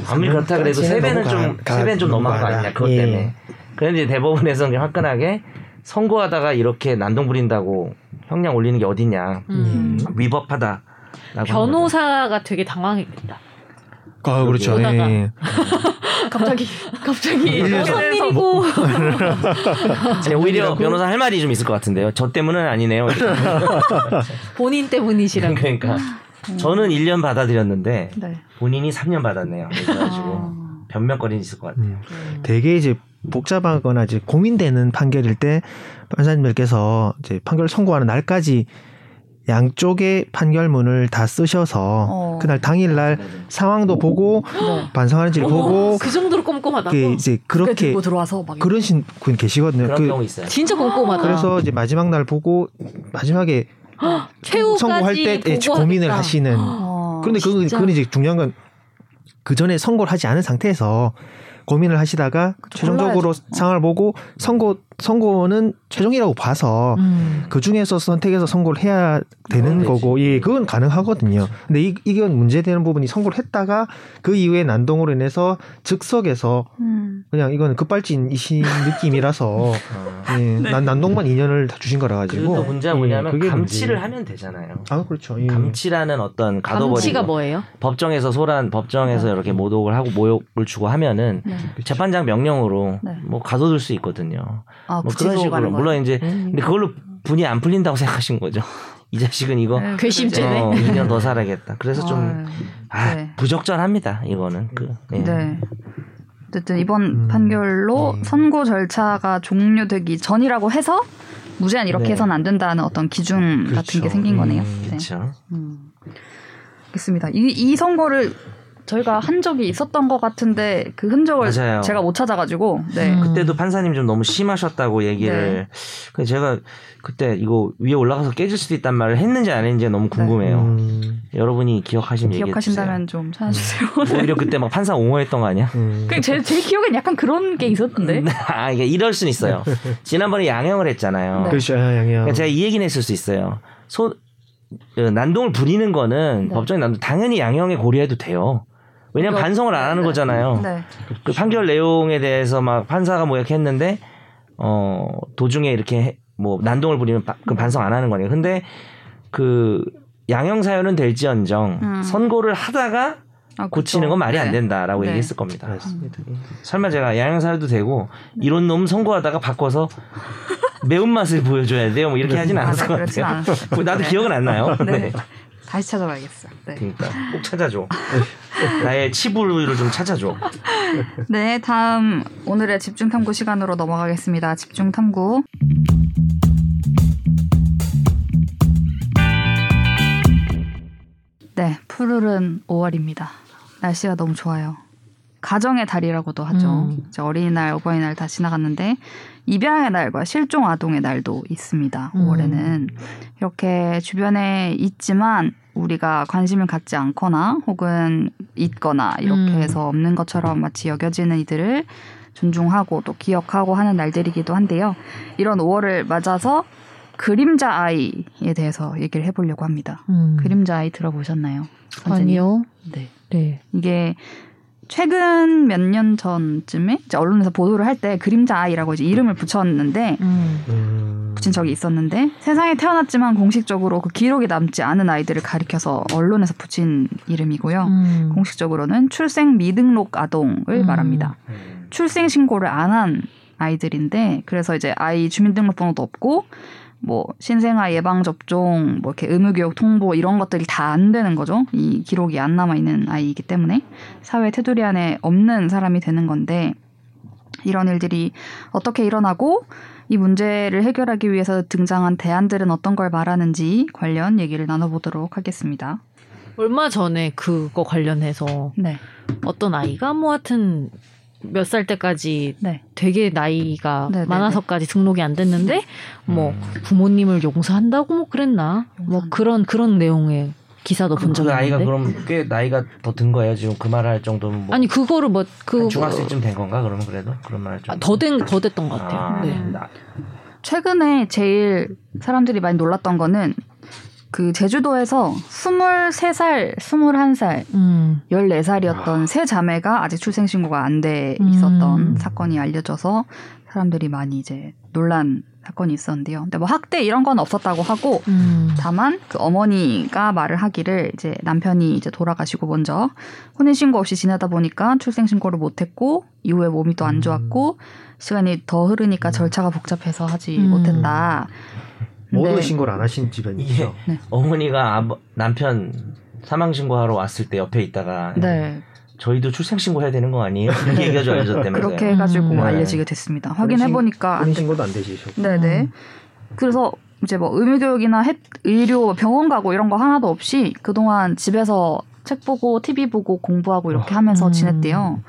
Speaker 3: 아무리 그렇다 그래도
Speaker 4: 삼년까지는
Speaker 3: 세 배는
Speaker 4: 너무
Speaker 3: 좀
Speaker 4: 가-
Speaker 3: 세 배는 좀
Speaker 4: 가-
Speaker 3: 넘어간 거
Speaker 4: 가다.
Speaker 3: 아니냐 그것
Speaker 4: 예.
Speaker 3: 때문에. 그런데 대법원에서는 그냥 화끈하게 선고하다가 이렇게 난동 부린다고 형량 올리는 게 어디냐
Speaker 2: 음.
Speaker 3: 위법하다.
Speaker 2: 변호사가 되게 당황했겠다.
Speaker 4: 아, 그렇죠. 예,
Speaker 2: 오다가.
Speaker 4: 예.
Speaker 2: 갑자기 갑자기
Speaker 4: 아, 일년
Speaker 2: 무슨 일이고
Speaker 4: 뭐.
Speaker 3: 아니,
Speaker 2: 음.
Speaker 3: 오히려 변호사 할 말이 좀 있을 것 같은데요. 저 때문은 아니네요.
Speaker 2: 본인 때문이시라고.
Speaker 3: 그러니까
Speaker 2: 음.
Speaker 3: 저는 1년 받아들였는데
Speaker 1: 네.
Speaker 3: 본인이 3년 받았네요. 그래가지고
Speaker 2: 아.
Speaker 3: 변명거리는 있을 것 같아요.
Speaker 4: 음. 되게 이제 복잡하거나 이제 고민되는 판결일 때 판사님들께서 이제 판결 선고하는 날까지 양쪽의 판결문을 다 쓰셔서
Speaker 1: 어.
Speaker 4: 그날 당일날
Speaker 3: 네,
Speaker 4: 상황도 보고
Speaker 1: 네.
Speaker 4: 반성하는지를 보고
Speaker 2: 그 정도로 꼼꼼하다고.
Speaker 4: 그 이제
Speaker 1: 그렇게
Speaker 4: 그렇게
Speaker 1: 들고 들어와서 막
Speaker 4: 그런 신- 분 계시거든요.
Speaker 3: 그런
Speaker 4: 그,
Speaker 3: 경우 있어요.
Speaker 2: 진짜 꼼꼼하다.
Speaker 4: 그래서 이제 마지막 날 보고 마지막에
Speaker 2: 최후까지
Speaker 4: 선고할 때 예,
Speaker 2: 보고하겠다.
Speaker 4: 고민을 하시는
Speaker 1: 어.
Speaker 4: 아, 그런데 그건,
Speaker 2: 진짜.
Speaker 4: 그건 이제 중요한 건 그 전에 선고를 하지 않은 상태에서 고민을 하시다가
Speaker 1: 그쵸,
Speaker 4: 최종적으로
Speaker 1: 골라야죠. 어.
Speaker 4: 상황을 보고 선고 선고는 최종이라고 봐서
Speaker 2: 음.
Speaker 4: 그 중에서 선택해서 선고를 해야 되는
Speaker 3: 되지.
Speaker 4: 거고 예 그건 가능하거든요. 근데 이, 이건 문제되는 부분이 선고를 했다가 그 이후에 난동으로 인해서 즉석에서
Speaker 1: 음.
Speaker 4: 그냥 이건 급발진이신 느낌이라서
Speaker 3: 어.
Speaker 4: 예,
Speaker 1: 네.
Speaker 4: 난 난동만 2년을 다 주신 거라
Speaker 3: 그리고
Speaker 4: 가지고
Speaker 3: 또 문제가
Speaker 4: 예,
Speaker 3: 뭐냐면
Speaker 4: 그게
Speaker 3: 감치를
Speaker 4: 문제.
Speaker 3: 하면 되잖아요.
Speaker 4: 아 그렇죠. 예.
Speaker 3: 감치라는 어떤 가둬버린
Speaker 2: 감치가
Speaker 3: 거.
Speaker 2: 뭐예요?
Speaker 3: 법정에서 소란 법정에서 이렇게 모독을 하고 모욕을 주고 하면은
Speaker 1: 네.
Speaker 3: 재판장 명령으로
Speaker 1: 네.
Speaker 3: 뭐 가둬둘 수 있거든요.
Speaker 1: 아,
Speaker 3: 뭐 그런
Speaker 1: 구치소
Speaker 3: 식으로
Speaker 1: 가는 거예요?
Speaker 3: 물론 이제 근데 그걸로 분이 안 풀린다고 생각하신 거죠. 이 자식은 이거
Speaker 1: 네,
Speaker 2: 괘씸죄네.
Speaker 3: 어, 2년 더 살아야겠다. 그래서 좀 아,
Speaker 1: 네.
Speaker 3: 부적절합니다. 이거는 그 예.
Speaker 1: 네. 어쨌든 이번
Speaker 4: 음,
Speaker 1: 판결로
Speaker 4: 네.
Speaker 1: 선고 절차가 종료되기 전이라고 해서 무제한 이렇게
Speaker 3: 네.
Speaker 1: 해서는 안 된다는 어떤 기준 같은 게
Speaker 4: 그렇죠.
Speaker 1: 생긴 거네요. 네.
Speaker 3: 그렇죠.
Speaker 1: 음. 알겠습니다. 이, 이 선거를 저희가 한 적이 있었던 것 같은데 그 흔적을
Speaker 3: 맞아요.
Speaker 1: 제가 못 찾아가지고 네.
Speaker 2: 음.
Speaker 3: 그때도 판사님 좀 너무 심하셨다고 얘기를. 근데 제가 그때 이거 위에 올라가서 깨질 수도 있단 말을 했는지 안 했는지 너무 궁금해요.
Speaker 4: 음,
Speaker 3: 여러분이 기억하시면 얘기해
Speaker 1: 네. 그
Speaker 3: 주세요. 음.
Speaker 1: 기억하신다면 좀 찾아주세요.
Speaker 3: 오히려 그때 막 판사 옹호했던 거 아니야?
Speaker 4: 음.
Speaker 1: 그 제, 제 기억엔 약간 그런
Speaker 3: 음.
Speaker 1: 게 있었던데.
Speaker 3: 아 이게 이럴 순 있어요. 지난번에 양형을 했잖아요.
Speaker 1: 네.
Speaker 4: 그렇죠. 아, 양양.
Speaker 3: 그러니까 제가 이 얘기는 했을 수 있어요. 소 어, 난동을 부리는 거는
Speaker 1: 네.
Speaker 3: 법정에 난동 당연히 양형에 고려해도 돼요. 왜냐면
Speaker 1: 그렇죠.
Speaker 3: 반성을 안 하는
Speaker 1: 네.
Speaker 3: 거잖아요.
Speaker 1: 네.
Speaker 3: 그 판결 내용에 대해서 막 판사가 뭐 이렇게 했는데 어 도중에 이렇게 해- 뭐 난동을 부리면 바- 그럼 반성 안 하는 거네요. 근데 그 양형 사유는 될지언정
Speaker 1: 음.
Speaker 3: 선고를 하다가
Speaker 1: 아,
Speaker 3: 고치는 건 말이 안
Speaker 1: 네.
Speaker 3: 된다라고
Speaker 1: 네.
Speaker 3: 얘기했을
Speaker 4: 음.
Speaker 3: 겁니다. 예.
Speaker 4: 맞습니다.
Speaker 3: 설마 제가 양형 사유도 되고 이런 놈 선고하다가 바꿔서 매운맛을 보여줘야 돼요. 뭐 이렇게 하진
Speaker 1: 아, 네,
Speaker 3: 않았을 것
Speaker 1: 그렇진
Speaker 3: 같아요.
Speaker 1: 않았어요.
Speaker 3: 뭐 나도
Speaker 1: 네.
Speaker 3: 기억은 안 나요.
Speaker 1: 네.
Speaker 3: 네.
Speaker 1: 다시 찾아봐야겠어요. 네.
Speaker 3: 그러니까 꼭 찾아줘. 나의 치부를 좀 찾아줘.
Speaker 1: 네, 다음 오늘의 집중 탐구 시간으로 넘어가겠습니다. 집중 탐구. 네, 푸르른 5월입니다. 날씨가 너무 좋아요. 가정의 달이라고도 하죠.
Speaker 2: 음.
Speaker 1: 이제 어린이날, 어버이날 다 지나갔는데 입양의 날과 실종 아동의 날도 있습니다.
Speaker 2: 음.
Speaker 1: 5월에는 이렇게 주변에 있지만 우리가 관심을 갖지 않거나 혹은 있거나 이렇게
Speaker 2: 음.
Speaker 1: 해서 없는 것처럼 마치 여겨지는 이들을 존중하고 또 기억하고 하는 날들이기도 한데요. 이런 5월을 맞아서 그림자 아이에 대해서 얘기를 해보려고 합니다.
Speaker 2: 음.
Speaker 1: 그림자 아이 들어보셨나요? 선생님?
Speaker 2: 아니요.
Speaker 1: 네.
Speaker 2: 네.
Speaker 1: 이게 최근 몇 년 전쯤에 이제 언론에서 보도를 할 때 그림자 아이라고 이제 이름을 붙였는데
Speaker 2: 음.
Speaker 4: 음.
Speaker 1: 붙인 적이 있었는데 세상에 태어났지만 공식적으로 그 기록이 남지 않은 아이들을 가리켜서 언론에서 붙인 이름이고요.
Speaker 2: 음.
Speaker 1: 공식적으로는 출생 미등록 아동을
Speaker 2: 음.
Speaker 1: 말합니다. 출생 신고를 안 한 아이들인데 그래서 이제 아이 주민등록번호도 없고 뭐 신생아 예방 접종 뭐 이렇게 의무 교육 통보 이런 것들이 다 안 되는 거죠. 이 기록이 안 남아 있는 아이이기 때문에 사회 테두리 안에 없는 사람이 되는 건데 이런 일들이 어떻게 일어나고 이 문제를 해결하기 위해서 등장한 대안들은 어떤 걸 말하는지 관련 얘기를 나눠보도록 하겠습니다.
Speaker 2: 얼마 전에 그거 관련해서
Speaker 1: 네.
Speaker 2: 어떤 아이가 뭐 하여튼 몇 살 때까지
Speaker 1: 네.
Speaker 2: 되게 나이가
Speaker 1: 네, 네,
Speaker 2: 많아서까지 등록이 안 됐는데
Speaker 4: 음.
Speaker 2: 뭐
Speaker 3: 음.
Speaker 2: 부모님을 용서한다고 뭐 그랬나 뭐
Speaker 1: 용서한다.
Speaker 2: 그런 그런 내용의 기사도 본 적이
Speaker 3: 그 아이가
Speaker 2: 있는데
Speaker 3: 그럼 꽤 나이가 더 든 거예요 지금 그 말할 정도면 뭐
Speaker 2: 아니 그거를 뭐그 아,
Speaker 3: 중학생쯤 된 건가 그러면 그래도 그런 말할 정도
Speaker 2: 더된 더 됐던 것 같아요.
Speaker 3: 아,
Speaker 2: 네.
Speaker 3: 나-
Speaker 1: 최근에 제일 사람들이 많이 놀랐던 거는 그 제주도에서 23살, 21살,
Speaker 2: 음.
Speaker 1: 14살이었던 세 자매가 아직 출생신고가 안 돼 있었던
Speaker 2: 음.
Speaker 1: 사건이 알려져서 사람들이 많이 이제 놀란 사건이 있었는데요. 근데 뭐 학대 이런 건 없었다고 하고
Speaker 2: 음.
Speaker 1: 다만 그 어머니가 말을 하기를 이제 남편이 이제 돌아가시고 먼저 혼인 신고 없이 지내다 보니까 출생 신고를 못 했고 이후에 몸이
Speaker 4: 음.
Speaker 1: 또 안 좋았고 시간이 더 흐르니까 절차가 복잡해서 하지
Speaker 2: 음.
Speaker 1: 못했다. 근데
Speaker 4: 모두 신고를 안 하신 집안이
Speaker 3: 이게
Speaker 4: 있죠.
Speaker 3: 어머니가 아버- 남편 사망 신고하러 왔을 때 옆에 있다가
Speaker 1: 네
Speaker 3: 저희도 출생 신고해야 되는 거 아니에요? 이렇게 얘기하죠 알려줬다면서요.
Speaker 1: 그렇게 해가지고
Speaker 2: 음.
Speaker 1: 알려지게 됐습니다. 확인해 보니까
Speaker 4: 네. 혼인 신고도 안 되시죠.
Speaker 1: 네네.
Speaker 2: 음.
Speaker 1: 그래서 이제 뭐 의무교육이나 햇- 의료, 뭐 병원 가고 이런 거 하나도 없이 그동안 집에서 책 보고 TV 보고 공부하고 이렇게 하면서
Speaker 2: 음.
Speaker 1: 지냈대요.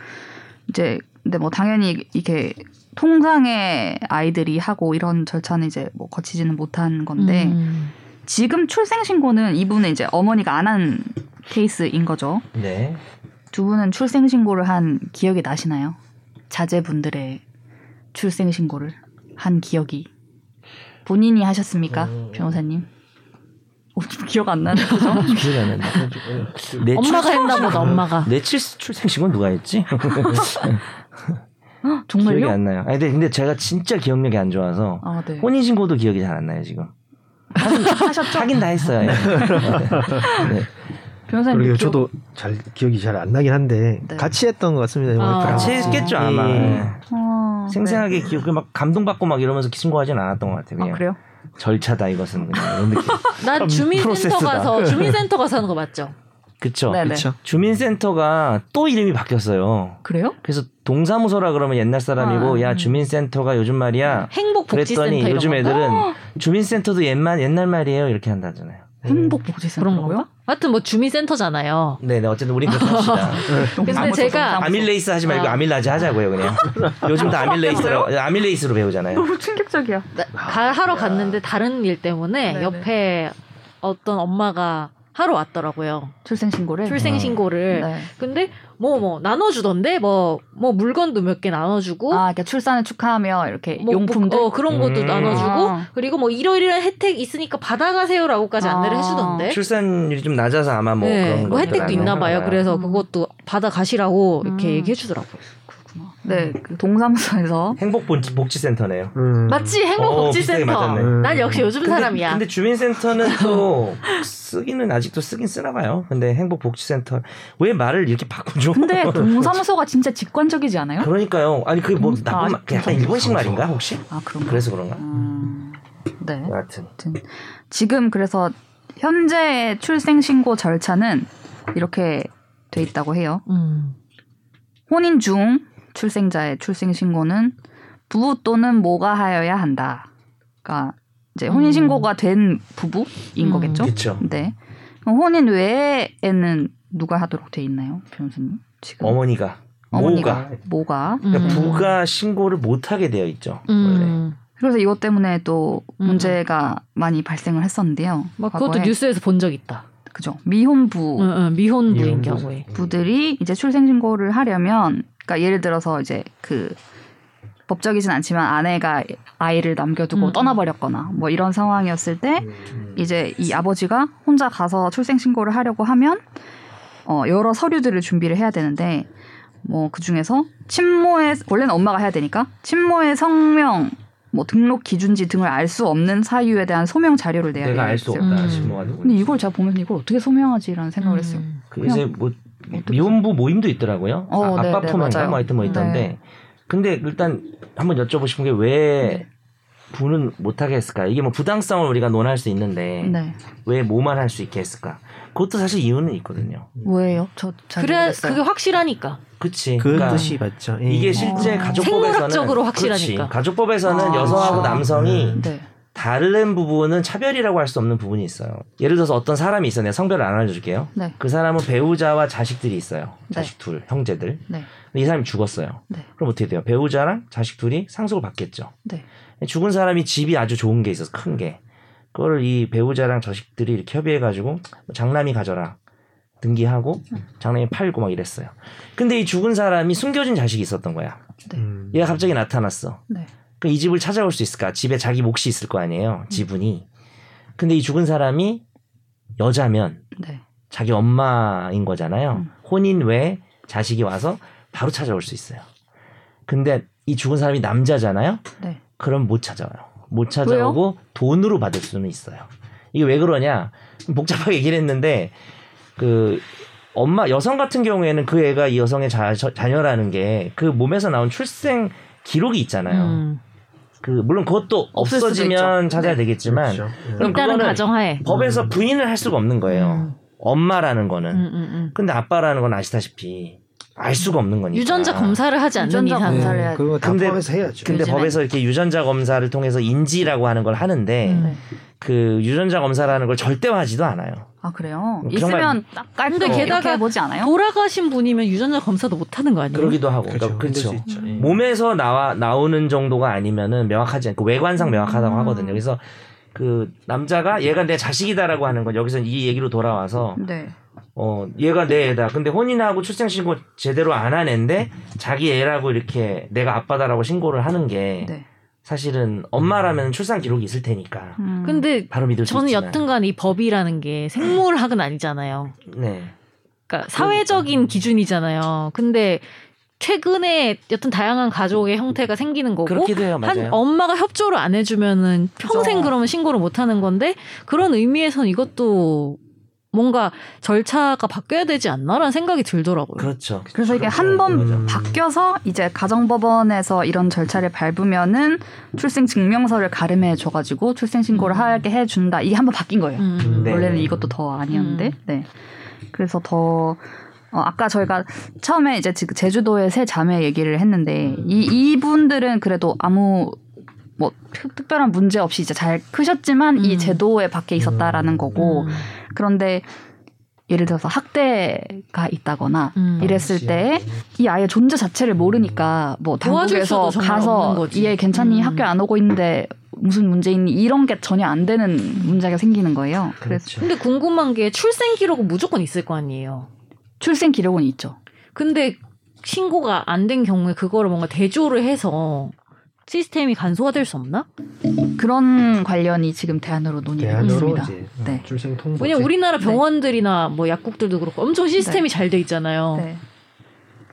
Speaker 1: 이제 근데 뭐 당연히 이게 통상의 아이들이 하고 이런 절차는 이제 뭐 거치지는 못한 건데
Speaker 2: 음.
Speaker 1: 지금 출생신고는 이분은 이제 어머니가 안 한 케이스인 거죠.
Speaker 3: 네.
Speaker 1: 두 분은 출생신고를 한 기억이 나시나요? 자제분들의 출생신고를 한 기억이 본인이 하셨습니까, 변호사님? 어, 좀 기억 안 나네. 그죠?
Speaker 3: 기억이 안 난다. 내 아.
Speaker 2: 엄마가 했나 보다 엄마가.
Speaker 3: 내 칠, 출생 신고 는 누가 했지? 기억이
Speaker 1: 정말요?
Speaker 3: 안 나요. 아니, 근데, 근데 제가 진짜 기억력이 안 좋아서
Speaker 1: 아, 네.
Speaker 3: 혼인 신고도 기억이 잘 안 나요 지금. 하셨죠? 하긴 다 했어요. 예. 네.
Speaker 1: 변호사님
Speaker 4: 그러게요.
Speaker 1: 기억-
Speaker 4: 저도 잘 기억이 잘 안 나긴 한데
Speaker 1: 네.
Speaker 4: 같이 했던 것 같습니다. 영화
Speaker 2: 아.
Speaker 4: 드라마.
Speaker 3: 같이 했겠죠 아마. 네.
Speaker 4: 예.
Speaker 1: 어,
Speaker 3: 생생하게
Speaker 2: 네.
Speaker 3: 기억, 막 감동받고 막 이러면서 신고하진 않았던 것 같아요.
Speaker 1: 네. 아,
Speaker 3: 그냥
Speaker 1: 그래요?
Speaker 3: 절차다 이것은 그냥 이런 느낌.
Speaker 2: 나 주민센터
Speaker 3: 프로세스다.
Speaker 2: 가서 주민센터 가서 하는 거 맞죠?
Speaker 3: 그쵸?
Speaker 1: 네네.
Speaker 4: 그렇죠.
Speaker 3: 주민센터가 또 이름이 바뀌었어요.
Speaker 1: 그래요?
Speaker 3: 그래서 동사무소라 그러면 옛날 사람이고
Speaker 1: 아,
Speaker 2: 음.
Speaker 3: 야 주민센터가 요즘 말이야.
Speaker 2: 행복복지센터
Speaker 3: 그랬더니
Speaker 2: 이런
Speaker 3: 요즘
Speaker 2: 거.
Speaker 3: 애들은
Speaker 1: 아,
Speaker 2: 네.
Speaker 3: 주민센터도 옛날 옛날 말이에요 이렇게 한다잖아요.
Speaker 2: 그런
Speaker 1: 행복복지센터고요?
Speaker 2: 건가? 하여튼 뭐 주민센터잖아요.
Speaker 3: 네, 네 어쨌든 우린 그렇게 합시다.
Speaker 2: 근데 제가
Speaker 3: 아밀레이스 하지 말고
Speaker 2: 아.
Speaker 3: 아밀라지 하자고요 그냥. 요즘 다 아밀레이스로 아밀레이스로 배우잖아요.
Speaker 1: 너무 충격적이야.
Speaker 2: 나- 가, 하러 갔는데 다른 일 때문에
Speaker 1: 네. 네네.
Speaker 2: 옆에 어떤 엄마가 하러 왔더라고요.
Speaker 3: 음.
Speaker 1: 출생신고를.
Speaker 2: 출생신고를.
Speaker 1: 네.
Speaker 2: 근데 뭐 뭐 나눠주던데 뭐 뭐 물건도 몇 개 나눠주고
Speaker 1: 아, 그러니까 출산을 축하하며 이렇게
Speaker 2: 뭐,
Speaker 1: 용품들.
Speaker 2: 어, 그런 것도
Speaker 3: 음.
Speaker 2: 나눠주고
Speaker 1: 아.
Speaker 2: 그리고 뭐 이러이러한 혜택 있으니까 받아가세요라고까지 안내를
Speaker 1: 아.
Speaker 2: 해주던데.
Speaker 3: 출산율이 좀 낮아서 아마 뭐
Speaker 2: 네,
Speaker 3: 그런
Speaker 2: 뭐
Speaker 3: 것들
Speaker 2: 혜택도
Speaker 3: 아니면
Speaker 2: 있나 봐요.
Speaker 3: 하나
Speaker 2: 그래서
Speaker 1: 음.
Speaker 2: 그것도 받아가시라고 이렇게
Speaker 1: 음.
Speaker 2: 얘기해 주더라고요.
Speaker 1: 그렇구나. 네, 그 동사무소에서
Speaker 3: 행복 복지- 복지센터네요.
Speaker 4: 음.
Speaker 2: 마치
Speaker 3: 어, 비슷하게
Speaker 2: 행복복지센터.
Speaker 3: 맞았네.
Speaker 2: 난 역시 요즘
Speaker 3: 근데-
Speaker 2: 사람이야.
Speaker 3: 근데 주민센터는 또 쓰기는 아직도 쓰긴 쓰나 봐요. 근데 행복복지센터 왜 말을 이렇게 바꾸죠?
Speaker 1: 근데 동사무소가 진짜 직관적이지 않아요?
Speaker 3: 그러니까요. 아니 그게 뭐
Speaker 1: 음,
Speaker 3: 나쁜
Speaker 1: 아,
Speaker 3: 말, 약간 일본식 말인가 혹시?
Speaker 1: 아 그런가?
Speaker 3: 그래서 그런가?
Speaker 1: 음, 네.
Speaker 3: 여하튼
Speaker 1: 아무튼 지금 그래서 현재의 출생 신고 절차는 이렇게 돼 있다고 해요.
Speaker 2: 음.
Speaker 1: 혼인 중 출생자의 출생 신고는 부부 또는 모가 하여야 한다. 그러니까 이제 혼인
Speaker 2: 음.
Speaker 1: 신고가 된 부부인
Speaker 2: 음.
Speaker 1: 거겠죠?
Speaker 3: 그렇죠.
Speaker 1: 네. 그럼 혼인 외에는 누가 하도록 돼 있나요, 변호사님? 지금
Speaker 3: 어머니가
Speaker 1: 어머니가 모가.
Speaker 3: 모가 그러니까
Speaker 2: 음.
Speaker 3: 부가 신고를 못 하게 되어 있죠. 원래.
Speaker 2: 음.
Speaker 1: 그래서 이것 때문에 또
Speaker 2: 음.
Speaker 1: 문제가 많이 발생을 했었는데요.
Speaker 2: 막 그것도 음.
Speaker 1: 과거에.
Speaker 2: 뉴스에서 본 적 있다.
Speaker 1: 그죠
Speaker 3: 음.
Speaker 1: 미혼부
Speaker 2: 응, 응, 미혼부인
Speaker 4: 미혼부.
Speaker 2: 경우에.
Speaker 1: 부들이 이제 출생신고를 하려면 그러니까 예를 들어서 이제 그 법적이진 않지만 아내가 아이를 남겨두고
Speaker 2: 음.
Speaker 1: 떠나버렸거나 뭐 이런 상황이었을 때
Speaker 4: 음.
Speaker 1: 이제 이 아버지가 혼자 가서 출생신고를 하려고 하면 어 여러 서류들을 준비를 해야 되는데 뭐 그중에서 친모의 원래는 엄마가 해야 되니까 친모의 성명 뭐 등록 기준지 등을 알 수 없는 사유에 대한 소명 자료를 내야
Speaker 3: 내가 알 수
Speaker 1: 되겠어요.
Speaker 3: 없다
Speaker 2: 음.
Speaker 3: 신모가 누구.
Speaker 1: 네, 근데 이걸 제가 보면서 이걸 어떻게 소명하지라는 생각을 했어요.
Speaker 2: 음.
Speaker 3: 그 이제 뭐
Speaker 1: 어떡하지?
Speaker 3: 미혼부 모임도 있더라고요.
Speaker 1: 어,
Speaker 3: 아,
Speaker 1: 네,
Speaker 3: 아빠
Speaker 1: 네,
Speaker 3: 포만가
Speaker 1: 맞아요.
Speaker 3: 뭐 하여튼 뭐 있던데.
Speaker 1: 네.
Speaker 3: 근데 일단 한번 여쭤보고 싶은 게 왜
Speaker 1: 네.
Speaker 3: 부는 못하게 했을까? 이게 뭐 부당성을 우리가 논할 수 있는데
Speaker 1: 네.
Speaker 3: 왜 뭐만 할 수 있게 했을까? 그것도 사실 이유는 있거든요.
Speaker 1: 뭐예요? 저잘
Speaker 2: 그래
Speaker 1: 모르겠어요.
Speaker 2: 그게 확실하니까.
Speaker 3: 그치.
Speaker 4: 그
Speaker 3: 그러니까
Speaker 4: 뜻이 맞죠. 예.
Speaker 3: 이게 실제
Speaker 1: 어.
Speaker 3: 가족법에서는
Speaker 2: 아, 생물학적으로 확실하니까.
Speaker 3: 그렇지. 가족법에서는
Speaker 1: 아,
Speaker 3: 여성하고
Speaker 1: 그렇죠.
Speaker 3: 남성이
Speaker 4: 음.
Speaker 1: 네.
Speaker 3: 다른 부분은 차별이라고 할 수 없는 부분이 있어요. 예를 들어서 어떤 사람이 있어. 내가 성별을 안 알려줄게요.
Speaker 1: 네.
Speaker 3: 그 사람은 배우자와 자식들이 있어요.
Speaker 1: 네.
Speaker 3: 자식 둘, 형제들.
Speaker 1: 네.
Speaker 3: 근데 이 사람이 죽었어요.
Speaker 1: 네.
Speaker 3: 그럼 어떻게 돼요? 배우자랑 자식 둘이 상속을 받겠죠.
Speaker 1: 네.
Speaker 3: 죽은 사람이 집이 아주 좋은 게 있어서 큰 게. 그거를 이 배우자랑 자식들이 이렇게 협의해가지고 뭐 장남이 가져라. 등기하고 장남이 팔고 막 이랬어요. 근데 이 죽은 사람이 숨겨진 자식이 있었던 거야.
Speaker 4: 음.
Speaker 3: 얘가 갑자기 나타났어.
Speaker 1: 네.
Speaker 3: 그럼 이 집을 찾아올 수 있을까? 집에 자기 몫이 있을 거 아니에요. 지분이. 근데 이 죽은 사람이 여자면
Speaker 1: 네.
Speaker 3: 자기 엄마인 거잖아요.
Speaker 1: 음.
Speaker 3: 혼인 외에 자식이 와서 바로 찾아올 수 있어요. 근데 이 죽은 사람이 남자잖아요.
Speaker 1: 네.
Speaker 3: 그럼 못 찾아와요. 못 찾아오고 돈으로 받을 수는 있어요. 이게 왜 그러냐? 복잡하게 얘기를 했는데 그 엄마 여성 같은 경우에는 그 애가 이 여성의 자, 저- 자녀라는 게 그 몸에서 나온 출생 기록이 있잖아요.
Speaker 2: 음.
Speaker 3: 그 물론 그것도
Speaker 1: 없을 수도
Speaker 3: 없어지면
Speaker 1: 있죠.
Speaker 2: 네.
Speaker 3: 찾아야 되겠지만
Speaker 4: 그렇죠. 예.
Speaker 3: 그럼
Speaker 2: 일단은
Speaker 3: 그거는 네.
Speaker 2: 가정하에.
Speaker 3: 법에서 부인을 할 수가 없는 거예요. 엄마라는 거는.
Speaker 2: 음, 음, 음.
Speaker 3: 근데 아빠라는 건 아시다시피 알 수가 없는 거니까.
Speaker 2: 유전자 검사를 하지 않는
Speaker 1: 유전자
Speaker 2: 이상.
Speaker 1: 검사.
Speaker 2: 은
Speaker 1: 검사를 해야 돼.
Speaker 4: 음. 그거 다
Speaker 3: 근데-
Speaker 4: 포함해서 해야죠.
Speaker 3: 근데
Speaker 2: 요즘엔.
Speaker 3: 법에서 이렇게 유전자 검사를 통해서 인지라고 하는 걸 하는데
Speaker 2: 음.
Speaker 3: 그 유전자 검사라는 걸 절대화하지도 않아요.
Speaker 1: 아 그래요.
Speaker 3: 정말-
Speaker 1: 있으면 딱 깔고
Speaker 2: 근데 게다가
Speaker 1: 게다가 보지 않아요?
Speaker 2: 네. 돌아가신 분이면 유전자 검사도 못하는 거 아니에요?
Speaker 3: 그러기도 하고.
Speaker 4: 그렇죠.
Speaker 3: 그러니까 그렇죠.
Speaker 4: 힘들 수 있죠. 예.
Speaker 3: 몸에서 나와 나오는 정도가 아니면은 명확하지 않고 그 외관상 명확하다고
Speaker 1: 음.
Speaker 3: 하거든요. 그래서 그 남자가 얘가 내 자식이다라고 하는 건 여기서 이 얘기로 돌아와서
Speaker 1: 네.
Speaker 3: 어 얘가 내 애다. 근데 혼인하고 출생신고 제대로 안 한 애인데 자기 애라고 이렇게 내가 아빠다라고 신고를 하는 게
Speaker 1: 네.
Speaker 3: 사실은 엄마라면 출산 기록이 있을 테니까
Speaker 1: 음.
Speaker 2: 근데
Speaker 3: 바로 믿을 수
Speaker 2: 저는
Speaker 3: 있지만.
Speaker 2: 여튼간 이 법이라는 게 생물학은 아니잖아요.
Speaker 3: 네.
Speaker 2: 그러니까 사회적인 기준이잖아요. 근데 최근에 여튼 다양한 가족의 형태가 생기는 거고
Speaker 3: 그렇기도 해요. 맞아요.
Speaker 2: 한어 엄마가 협조를 안 해주면은 평생
Speaker 1: 그죠.
Speaker 2: 그러면 신고를 못 하는 건데 그런 의미에선 이것도 뭔가 절차가 바뀌어야 되지 않나라는 생각이 들더라고요.
Speaker 3: 그렇죠.
Speaker 1: 그래서 이게 한 번 바뀌어서 이제 가정법원에서 이런 절차를 밟으면은 출생 증명서를 가름해 줘가지고 출생 신고를
Speaker 2: 음.
Speaker 1: 하게 해준다. 이게 한 번 바뀐 거예요.
Speaker 2: 음.
Speaker 3: 네.
Speaker 1: 원래는 이것도 더 아니었는데.
Speaker 2: 음.
Speaker 1: 네. 그래서 더 어, 아까 저희가 처음에 이제 지- 제주도의 세 자매 얘기를 했는데 이 이분들은 그래도 아무 뭐 특- 특별한 문제 없이 이제 잘 크셨지만 이
Speaker 2: 음.
Speaker 1: 제도에 밖에 있었다라는 거고
Speaker 2: 음.
Speaker 1: 그런데 예를 들어서 학대가 있다거나
Speaker 2: 음.
Speaker 1: 이랬을 때 이 아이의 존재 자체를 모르니까 뭐
Speaker 2: 도와줄
Speaker 1: 당국에서
Speaker 2: 수도 정말 없는
Speaker 1: 가서
Speaker 2: 거지.
Speaker 1: 얘 괜찮니
Speaker 2: 음.
Speaker 1: 학교 안 오고 있는데 무슨 문제 있니 이런 게 전혀 안 되는 문제가 생기는 거예요. 그래서
Speaker 4: 그렇죠.
Speaker 2: 근데 궁금한 게 출생 기록은 무조건 있을 거 아니에요.
Speaker 1: 출생 기록은 있죠.
Speaker 2: 근데 신고가 안 된 경우에 그거를 뭔가 대조를 해서 시스템이 간소화 될 수 없나?
Speaker 1: 그런 관련이 지금 대안으로 논의되고
Speaker 4: 대안으로
Speaker 1: 있습니다.
Speaker 4: 이제
Speaker 1: 네.
Speaker 4: 출생 통보.
Speaker 2: 왜냐면 우리나라
Speaker 1: 네.
Speaker 2: 병원들이나 뭐 약국들도 그렇고 엄청 시스템이 잘 돼 있잖아요.
Speaker 1: 네.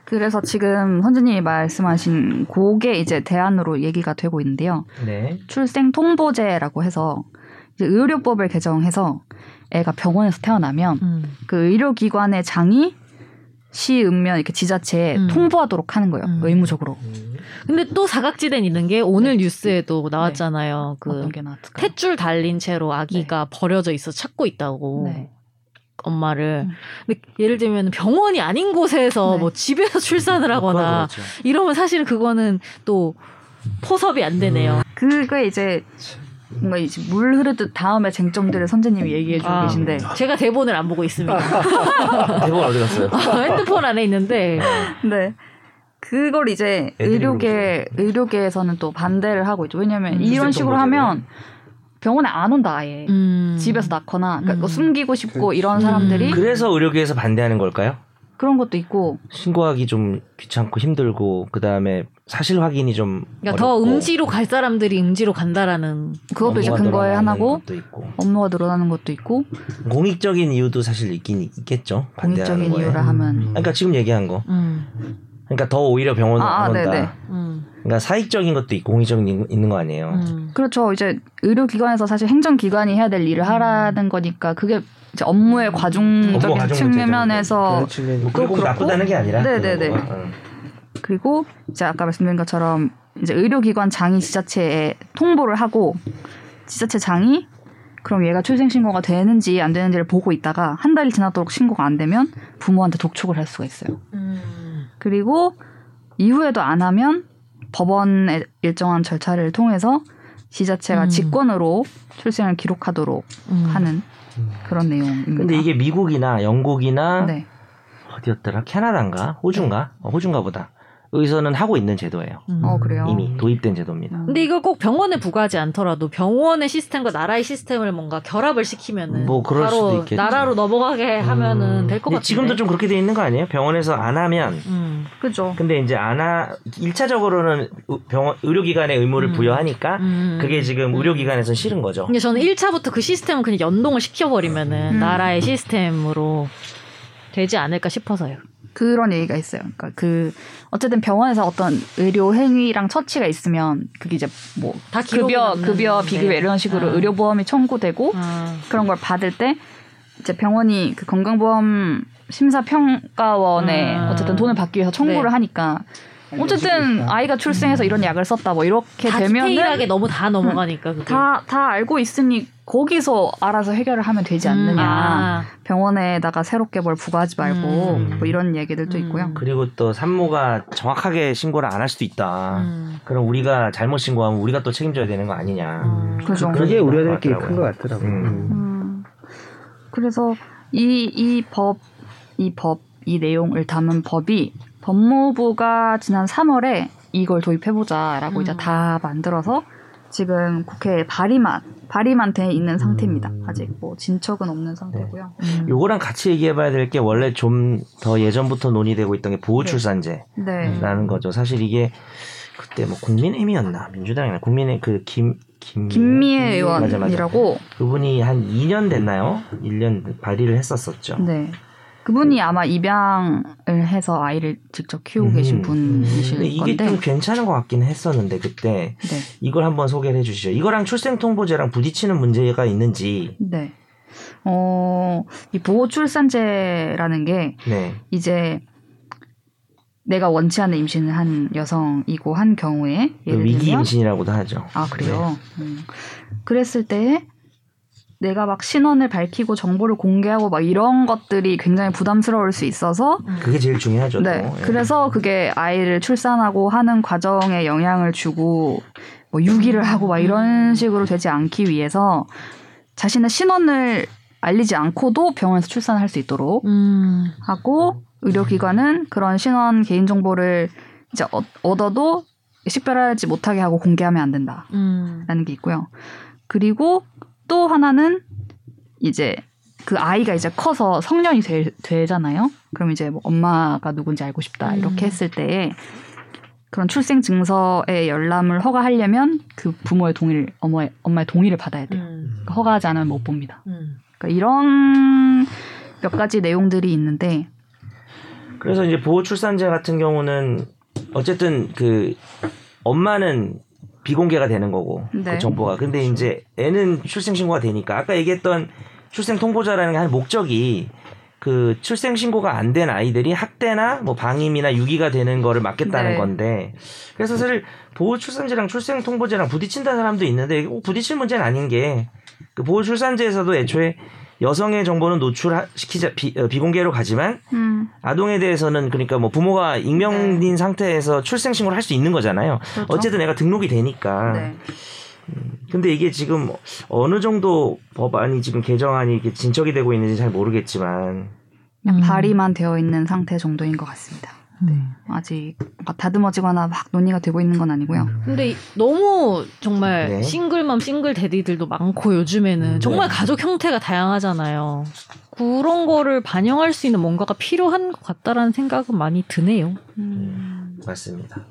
Speaker 1: 그래서 지금 선진님이 말씀하신 그게 이제 대안으로 얘기가 되고 있는데요.
Speaker 3: 네.
Speaker 1: 출생 통보제라고 해서 이제 의료법을 개정해서 애가 병원에서 태어나면
Speaker 2: 음.
Speaker 1: 그 의료기관의 장이 시, 읍면 이렇게 지자체에
Speaker 2: 음.
Speaker 1: 통보하도록 하는 거예요.
Speaker 2: 음.
Speaker 1: 의무적으로.
Speaker 2: 근데 또 사각지대는 있는 게 오늘 뉴스에도 나왔잖아요. 그
Speaker 1: 네. 어떤 게 나왔을까요?
Speaker 2: 탯줄 달린 채로 아기가 버려져 있어 찾고 있다고
Speaker 1: 네.
Speaker 2: 엄마를.
Speaker 1: 음.
Speaker 2: 근데 예를 들면 병원이 아닌 곳에서
Speaker 1: 네.
Speaker 2: 뭐 집에서 출산을 하거나
Speaker 3: 그렇죠.
Speaker 2: 이러면 사실 그거는 또 포섭이 안 되네요.
Speaker 1: 음. 그게 이제 뭔가 이제 물 흐르듯 다음에 쟁점들을 선재님이 얘기해주고
Speaker 2: 아.
Speaker 1: 계신데
Speaker 2: 제가 대본을 안 보고 있습니다.
Speaker 3: 대본 어디 갔어요?
Speaker 2: 핸드폰 안에 있는데
Speaker 1: 네. 그걸 이제
Speaker 3: 애들이 네.
Speaker 1: 의료계 의료계에서는 또 반대를 하고 있죠. 왜냐면
Speaker 2: 음,
Speaker 1: 이런
Speaker 3: 출생
Speaker 1: 식으로
Speaker 3: 통보제를.
Speaker 1: 하면 병원에 안 온다 아예.
Speaker 2: 음.
Speaker 1: 집에서 낳거나 그러니까
Speaker 2: 음.
Speaker 1: 뭐 숨기고 싶고 이런
Speaker 2: 그렇지.
Speaker 1: 사람들이
Speaker 2: 음.
Speaker 3: 그래서 의료계에서 반대하는 걸까요?
Speaker 1: 그런 것도 있고
Speaker 3: 신고하기 좀 귀찮고 힘들고 그 다음에 사실 확인이 좀
Speaker 2: 그러니까 더
Speaker 3: 어렵고
Speaker 2: 음지로 갈 사람들이 음지로 간다라는
Speaker 1: 그것도 이제
Speaker 3: 업무가
Speaker 1: 근거의
Speaker 3: 늘어나는
Speaker 1: 하나고
Speaker 3: 것도 있고.
Speaker 1: 업무가 늘어나는 것도 있고
Speaker 3: 공익적인 이유도 사실 있긴 있겠죠. 반대하는
Speaker 1: 공익적인
Speaker 3: 거에.
Speaker 1: 이유라 하면
Speaker 3: 그러니까 지금 얘기한 거.
Speaker 2: 음.
Speaker 3: 그러니까 더 오히려 병원을
Speaker 1: 아, 아,
Speaker 3: 안 온다.
Speaker 1: 네네.
Speaker 2: 음.
Speaker 3: 그러니까 사익적인 것도 있고 공익적인 거 있는 거 아니에요.
Speaker 2: 음.
Speaker 1: 그렇죠. 이제 의료기관에서 사실 행정기관이 해야 될 일을 하라는 거니까 그게 이제 업무의
Speaker 3: 음. 업무
Speaker 1: 과중적인
Speaker 3: 과중
Speaker 1: 측면에서
Speaker 4: 그렇지.
Speaker 3: 뭐 그게 꼭
Speaker 1: 그렇고.
Speaker 3: 나쁘다는 게 아니라.
Speaker 1: 네네네.
Speaker 3: 그런 거가. 어. 응.
Speaker 1: 그리고 이제 아까 말씀드린 것처럼 이제 의료기관 장이 지자체에 통보를 하고 지자체 장이 그럼 얘가 출생신고가 되는지 안 되는지를 보고 있다가 한 달이 지나도록 신고가 안 되면 부모한테 독촉을 할 수가 있어요.
Speaker 2: 음.
Speaker 1: 그리고 이후에도 안 하면 법원의 일정한 절차를 통해서 지자체가
Speaker 2: 음.
Speaker 1: 직권으로 출생을 기록하도록
Speaker 2: 음.
Speaker 1: 하는 그런 내용입니다.
Speaker 3: 음. 근데 이게 미국이나 영국이나
Speaker 1: 네.
Speaker 3: 어디였더라? 캐나다인가? 호주인가? 어, 호주인가 보다. 여기서는 하고 있는 제도예요.
Speaker 2: 음.
Speaker 1: 어 그래요.
Speaker 3: 이미 도입된 제도입니다.
Speaker 1: 음.
Speaker 2: 근데 이걸 꼭 병원에 부과하지 않더라도 병원의 시스템과 나라의 시스템을 뭔가 결합을 시키면은
Speaker 3: 뭐 그럴
Speaker 2: 바로
Speaker 3: 수도 있겠죠.
Speaker 2: 나라로 넘어가게 하면은 될 것
Speaker 3: 근데
Speaker 2: 같은데.
Speaker 3: 지금도 좀 그렇게 돼 있는 거 아니에요? 병원에서 안 하면
Speaker 2: 음.
Speaker 1: 그죠.
Speaker 3: 근데 이제 안하 일차적으로는 의- 병원 의료기관의
Speaker 2: 음.
Speaker 3: 의무를 부여하니까
Speaker 2: 음.
Speaker 3: 그게 지금
Speaker 2: 음.
Speaker 3: 의료기관에서는 싫은 거죠.
Speaker 2: 어. 근데 저는 1차부터 그 시스템을 그냥 연동을 시켜버리면은
Speaker 1: 음.
Speaker 2: 나라의 시스템으로 되지 않을까 싶어서요.
Speaker 1: 그런 얘기가 있어요. 그러니까 그 어쨌든 병원에서 어떤 의료 행위랑 처치가 있으면 그게 이제 뭐
Speaker 2: 다 기록이
Speaker 1: 급여
Speaker 2: 남는
Speaker 1: 급여
Speaker 2: 건데.
Speaker 1: 비급여 이런 식으로
Speaker 2: 아.
Speaker 1: 의료보험이 청구되고
Speaker 2: 아.
Speaker 1: 그런 걸 받을 때 이제 병원이 그 건강보험 심사평가원에
Speaker 2: 아.
Speaker 1: 어쨌든 돈을 받기 위해서 청구를
Speaker 2: 네. 음.
Speaker 1: 하니까 어쨌든 아이가 출생해서 이런 약을 썼다 뭐 이렇게
Speaker 2: 다
Speaker 1: 되면은
Speaker 2: 디테일하게 너무 다 넘어가니까 그게.
Speaker 1: 다 다 알고 있으니 거기서 알아서 해결을 하면 되지 않느냐
Speaker 2: 아.
Speaker 1: 병원에다가 새롭게 뭘 부과하지 말고
Speaker 2: 음.
Speaker 1: 뭐 이런 얘기들도
Speaker 2: 음.
Speaker 1: 있고요.
Speaker 3: 그리고 또 산모가 정확하게 신고를 안 할 수도 있다.
Speaker 2: 음.
Speaker 3: 그럼 우리가 잘못 신고하면 우리가 또 책임져야 되는 거 아니냐.
Speaker 2: 음.
Speaker 1: 그죠.
Speaker 4: 그렇죠. 그게 우려될 게 큰
Speaker 3: 같더라고요.
Speaker 4: 것 같더라고요.
Speaker 3: 음.
Speaker 4: 음.
Speaker 1: 음, 그래서 이 이 법, 이 법, 이 내용을 담은 법이 법무부가 지난 3월에 이걸 도입해보자라고
Speaker 2: 음.
Speaker 1: 이제 다 만들어서 지금 국회에 발의만 발의만 돼 있는 상태입니다.
Speaker 4: 음.
Speaker 1: 아직 뭐 진척은 없는 상태고요.
Speaker 2: 음.
Speaker 3: 요거랑 같이 얘기해봐야 될 게 원래 좀 더 예전부터 논의되고 있던 게 보호출산제라는
Speaker 1: 네,
Speaker 2: 음.
Speaker 3: 거죠. 사실 이게 그때 뭐 국민의힘이었나 민주당이나 국민의 그 김 김
Speaker 1: 김미애
Speaker 3: 음. 맞아, 맞아.
Speaker 1: 의원이라고
Speaker 3: 그분이 한 2년 됐나요? 1년 발의를 했었었죠.
Speaker 1: 네. 그분이 아마 입양을 해서 아이를 직접 키우고
Speaker 3: 음.
Speaker 1: 계신
Speaker 3: 근데
Speaker 1: 분이실
Speaker 3: 이게
Speaker 1: 건데,
Speaker 3: 좀 괜찮은 것 같긴 했었는데 그때
Speaker 1: 네.
Speaker 3: 이걸 한번 소개를 해주시죠. 이거랑 출생통보제랑 부딪히는 문제가 있는지.
Speaker 1: 네. 어, 이 보호출산제라는 게
Speaker 3: 네.
Speaker 1: 이제 내가 원치 않는 임신을 한 여성이고 한 경우에
Speaker 3: 그
Speaker 1: 예를
Speaker 3: 위기
Speaker 1: 들면
Speaker 3: 임신이라고도 네. 하죠.
Speaker 1: 아 그래요. 음. 그랬을 때 내가 막 신원을 밝히고 정보를 공개하고 막 이런 것들이 굉장히 부담스러울 수 있어서
Speaker 3: 그게 제일 중요하죠. 또.
Speaker 1: 네.
Speaker 3: 예.
Speaker 1: 그래서 그게 아이를 출산하고 하는 과정에 영향을 주고 뭐 유기를 하고 막 이런 식으로 되지 않기 위해서 자신의 신원을 알리지 않고도 병원에서 출산할 수 있도록
Speaker 2: 음.
Speaker 1: 하고 의료기관은 그런 신원 개인 정보를 이제 얻- 얻어도 식별하지 못하게 하고 공개하면 안 된다라는
Speaker 2: 음.
Speaker 1: 게 있고요. 그리고 또 하나는 이제 그 아이가 이제 커서 성년이 되, 잖아요 그럼 이제 뭐 엄마가 누군지 알고 싶다 이렇게
Speaker 2: 음.
Speaker 1: 했을 때 그런 출생 증서에 열람을 허가하려면 그 부모의 동의를 어머의 엄마의 동의를 받아야 돼요. 그러니까
Speaker 2: 음.
Speaker 1: 허가하지 않으면 못 봅니다.
Speaker 2: 음.
Speaker 1: 그러니까 이런 몇 가지 내용들이 있는데
Speaker 3: 그래서 이제 보호출산제 같은 경우는 어쨌든 그 엄마는 비공개가 되는 거고
Speaker 1: 네.
Speaker 3: 그 정보가 근데 이제 애는 출생 신고가 되니까 아까 얘기했던 출생 통보자라는 게 한 목적이 그 출생 신고가 안 된 아이들이 학대나 뭐 방임이나 유기가 되는 거를 막겠다는
Speaker 1: 네.
Speaker 3: 건데 그래서 사실 보호 출산제랑 출생 통보제랑 부딪힌다는 사람도 있는데 이게 꼭 부딪힐 문제는 아닌 게 그 보호 출산제에서도 애초에 여성의 정보는 노출시키자 비, 어, 비공개로 가지만
Speaker 2: 음.
Speaker 3: 아동에 대해서는 그러니까 뭐 부모가 익명인 상태에서 출생 신고를 할 수 있는 거잖아요.
Speaker 1: 네. 그렇죠. 네.
Speaker 3: 어쨌든 애가 등록이 되니까.
Speaker 2: 네.
Speaker 3: 근데 이게 지금 어느 정도 법안이 지금 개정안이 이렇게 진척이 되고 있는지 잘 모르겠지만
Speaker 2: 음.
Speaker 1: 발의만 되어 있는 상태 정도인 것 같습니다.
Speaker 2: 네.
Speaker 1: 아직 막 다듬어지거나 막 논의가 되고 있는 건
Speaker 4: 음.
Speaker 1: 아니고요.
Speaker 2: 근데 이- 너무 정말
Speaker 3: 네. 음,
Speaker 2: 싱글맘 싱글 데디들도 많고 요즘에는 정말 가족 형태가 다양하잖아요. 그런 거를 반영할 수 있는 뭔가가 필요한 것 같다라는 생각은 많이 드네요.
Speaker 3: 음. 맞습니다.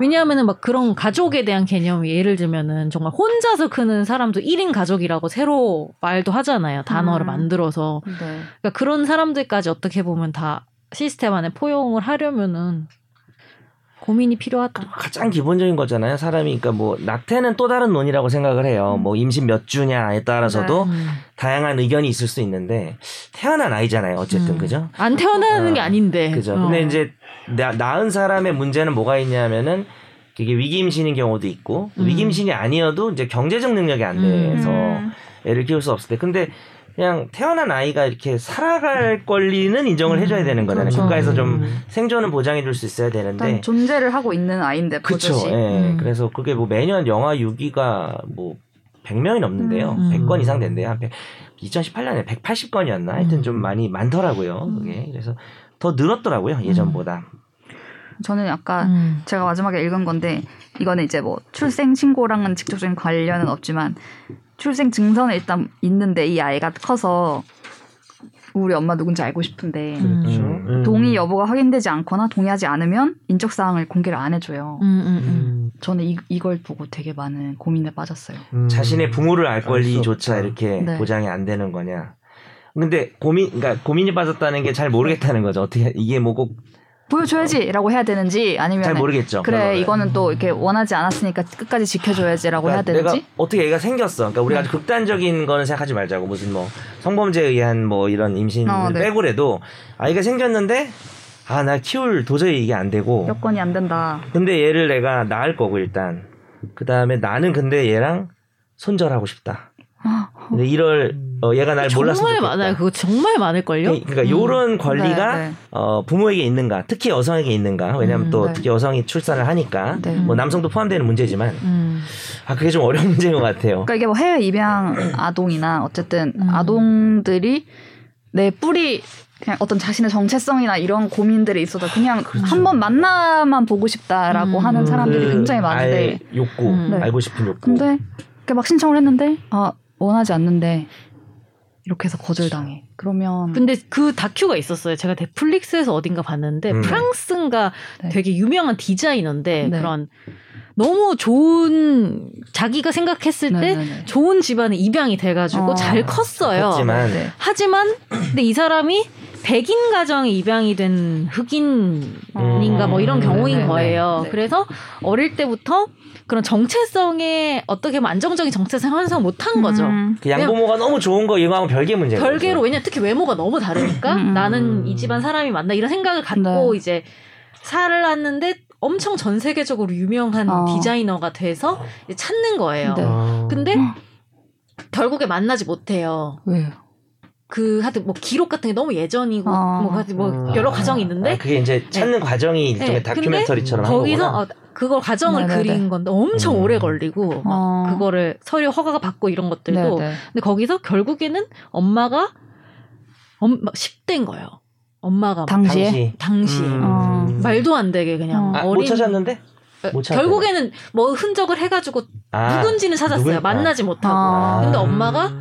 Speaker 2: 왜냐하면은 막 그런 가족에 대한 개념이 예를 들면은 정말 혼자서 크는 사람도 1인 가족이라고 새로 말도 하잖아요. 단어를
Speaker 1: 음.
Speaker 2: 만들어서.
Speaker 1: 네.
Speaker 2: 그러니까 그런 사람들까지 어떻게 보면 다 시스템 안에 포용을 하려면은 고민이 필요하다.
Speaker 3: 가장 기본적인 거잖아요. 사람이 그러니까 뭐 낙태는 또 다른 논의라고 생각을 해요. 뭐 임신 몇 주냐에 따라서도
Speaker 2: 음.
Speaker 3: 다양한 의견이 있을 수 있는데 태어난 아이잖아요. 어쨌든
Speaker 2: 음.
Speaker 3: 그죠?
Speaker 2: 안 태어나는 게
Speaker 3: 어,
Speaker 2: 아닌데.
Speaker 3: 그죠.
Speaker 2: 어.
Speaker 3: 근데 이제 나, 낳은 사람의 문제는 뭐가 있냐면은 이게 위기임신인 경우도 있고
Speaker 2: 음.
Speaker 3: 위기임신이 아니어도 이제 경제적 능력이 안 돼서
Speaker 1: 음.
Speaker 3: 애를 키울 수 없을 때 근데 그냥 태어난 아이가 이렇게 살아갈 권리는 인정을 해줘야 되는 거잖아요.
Speaker 2: 그렇죠.
Speaker 3: 국가에서 좀
Speaker 2: 음.
Speaker 3: 생존은 보장해줄 수 있어야
Speaker 1: 일단
Speaker 3: 되는데
Speaker 1: 존재를 하고 있는 아이인데
Speaker 3: 그쵸.
Speaker 1: 버젓이.
Speaker 3: 예.
Speaker 2: 음.
Speaker 3: 그래서 그게 뭐 매년 영아 유기가 뭐 100명이 넘는데요.
Speaker 2: 음.
Speaker 3: 100건 이상 된대요. 한 2018년에 180건이었나? 하여튼
Speaker 2: 음.
Speaker 3: 좀 많이 많더라고요. 그게. 그래서 더 늘었더라고요. 예전보다.
Speaker 1: 저는 아까
Speaker 2: 음.
Speaker 1: 제가 마지막에 읽은 건데 이거는 이제 뭐 출생 신고랑은 직접적인 관련은 없지만 출생 증서는 일단 있는데 이 아이가 커서 우리 엄마 누군지 알고 싶은데
Speaker 2: 음.
Speaker 4: 그렇죠.
Speaker 3: 음.
Speaker 4: 음.
Speaker 1: 동의 여부가 확인되지 않거나 동의하지 않으면 인적 사항을 공개를 안 해줘요.
Speaker 2: 음, 음, 음.
Speaker 4: 음.
Speaker 1: 저는 이, 이걸 보고 되게 많은 고민에 빠졌어요.
Speaker 4: 음.
Speaker 3: 자신의 부모를 알
Speaker 4: 알수
Speaker 3: 권리조차
Speaker 4: 없다.
Speaker 3: 이렇게
Speaker 1: 네.
Speaker 3: 보장이 안 되는 거냐. 근데 고민, 그러니까 고민이 빠졌다는 게 잘 모르겠다는 거죠. 어떻게 이게 뭐 꼭 잘
Speaker 1: 보여줘야지라고 해야 되는지 아니면
Speaker 3: 모르겠죠.
Speaker 1: 네. 그래
Speaker 3: 그거를.
Speaker 1: 이거는 또 이렇게 원하지 않았으니까 끝까지 지켜줘야지라고 해야
Speaker 3: 그러니까 내가
Speaker 1: 되는지 네.
Speaker 3: 어떻게 애가 생겼어. 그러니까 우리가 아주 극단적인 거는 생각하지 말자고 무슨 뭐 성범죄에 의한 뭐 이런 임신
Speaker 1: 어,
Speaker 3: 을
Speaker 1: 네.
Speaker 3: 빼고라도 아이가 생겼는데 아 나 키울 도저히 이게 안 되고
Speaker 1: 여건이 안 된다.
Speaker 3: 근데 얘를 내가 낳을 거고 일단 그 다음에 나는 근데 얘랑 손절하고 싶다.
Speaker 1: 그러니까
Speaker 3: 근데 이럴 어, 얘가 날 몰랐으면
Speaker 2: 정말
Speaker 3: 좋겠다.
Speaker 2: 많아요. 그거 정말 많을 걸요.
Speaker 3: 예, 그러니까 요런 권리가
Speaker 1: 네, 네.
Speaker 3: 어, 부모에게 있는가, 특히 여성에게 있는가. 왜냐하면
Speaker 2: 음,
Speaker 3: 또
Speaker 1: 네.
Speaker 3: 특히 여성이 출산을 하니까
Speaker 1: 네.
Speaker 3: 뭐 남성도 포함되는 문제지만
Speaker 2: 음.
Speaker 3: 아 그게 좀 어려운 문제인 것 같아요.
Speaker 1: 그러니까 이게 뭐 해외 입양 아동이나 어쨌든
Speaker 2: 음.
Speaker 1: 아동들이 내 뿌리 그냥 어떤 자신의 정체성이나 이런 고민들이 있어서 그냥
Speaker 3: 그렇죠.
Speaker 1: 한 번 만나만 보고 싶다라고
Speaker 2: 음.
Speaker 1: 하는 사람들이 굉장히 많은데
Speaker 3: 알그 욕구,
Speaker 2: 음. 네.
Speaker 3: 알고 싶은 욕구.
Speaker 1: 근데 이렇게 막 신청을 했는데 아 원하지 않는데 이렇게 해서 거절당해
Speaker 3: 음.
Speaker 1: 그러면
Speaker 2: 근데 그 다큐가 있었어요. 제가 넷플릭스에서 어딘가 봤는데
Speaker 3: 음.
Speaker 2: 프랑스인가
Speaker 1: 네.
Speaker 2: 되게 유명한 디자이너인데
Speaker 1: 네.
Speaker 2: 그런 너무 좋은 자기가 생각했을 때
Speaker 1: 네네네.
Speaker 2: 좋은 집안에 입양이 돼가지고
Speaker 1: 어.
Speaker 2: 잘 컸어요.
Speaker 3: 하지만
Speaker 1: 네.
Speaker 2: 하지만 근데 이 사람이 백인 가정에 입양이 된 흑인인가 뭐 이런
Speaker 1: 음,
Speaker 2: 경우인
Speaker 1: 네네네.
Speaker 2: 거예요.
Speaker 1: 네.
Speaker 2: 그래서 어릴 때부터 그런 정체성에 어떻게 보면 안정적인 정체성 형성 못한 거죠.
Speaker 1: 음.
Speaker 3: 그 양부모가 너무 좋은 거 이거하고 별개 문제예요.
Speaker 2: 별개로 왜냐 특히 외모가 너무 다르니까
Speaker 1: 음. 네.
Speaker 2: 나는 이 집안 사람이 맞나 이런 생각을 갖고 이제 살았는데 엄청 전 세계적으로 유명한
Speaker 1: 어.
Speaker 2: 디자이너가 돼서 이제 찾는 거예요.
Speaker 1: 네.
Speaker 3: 어.
Speaker 4: 아.
Speaker 2: 근데
Speaker 3: 음.
Speaker 2: 결국에 만나지 못해요.
Speaker 1: 왜요?
Speaker 2: 그 하여튼 뭐 기록 같은 게 너무 예전이고
Speaker 1: 어.
Speaker 2: 뭐, 하여튼 뭐
Speaker 4: 음.
Speaker 2: 여러 과정이
Speaker 3: 아,
Speaker 2: 있는데
Speaker 3: 그게 이제 찾는 과정이 일종의
Speaker 2: 네,
Speaker 3: 다큐멘터리처럼 한
Speaker 2: 거기서
Speaker 3: 거구나.
Speaker 2: 어, 그걸 과정을
Speaker 1: 네네네.
Speaker 2: 그린 건데 엄청
Speaker 3: 음.
Speaker 2: 오래 걸리고 막
Speaker 1: 어.
Speaker 2: 아, 그거를 서류 허가가 받고 이런 것들도 어,
Speaker 1: 네네.
Speaker 2: 근데 거기서 결국에는 엄마가 엄 10대인 거예요. 엄마가 당,
Speaker 1: 당시에
Speaker 3: 당시.
Speaker 2: 당시에
Speaker 3: 음.
Speaker 1: 어.
Speaker 2: 말도 안 되게 그냥
Speaker 1: 어.
Speaker 3: 아,
Speaker 2: 어린
Speaker 3: 못 찾았는데 못 찾았대요.
Speaker 2: 결국에는 뭐 흔적을 해가지고
Speaker 3: 아,
Speaker 2: 누군지는 찾았어요.
Speaker 3: 누군-
Speaker 2: 만나지 못하고
Speaker 1: 아.
Speaker 2: 근데
Speaker 3: 아.
Speaker 2: 엄마가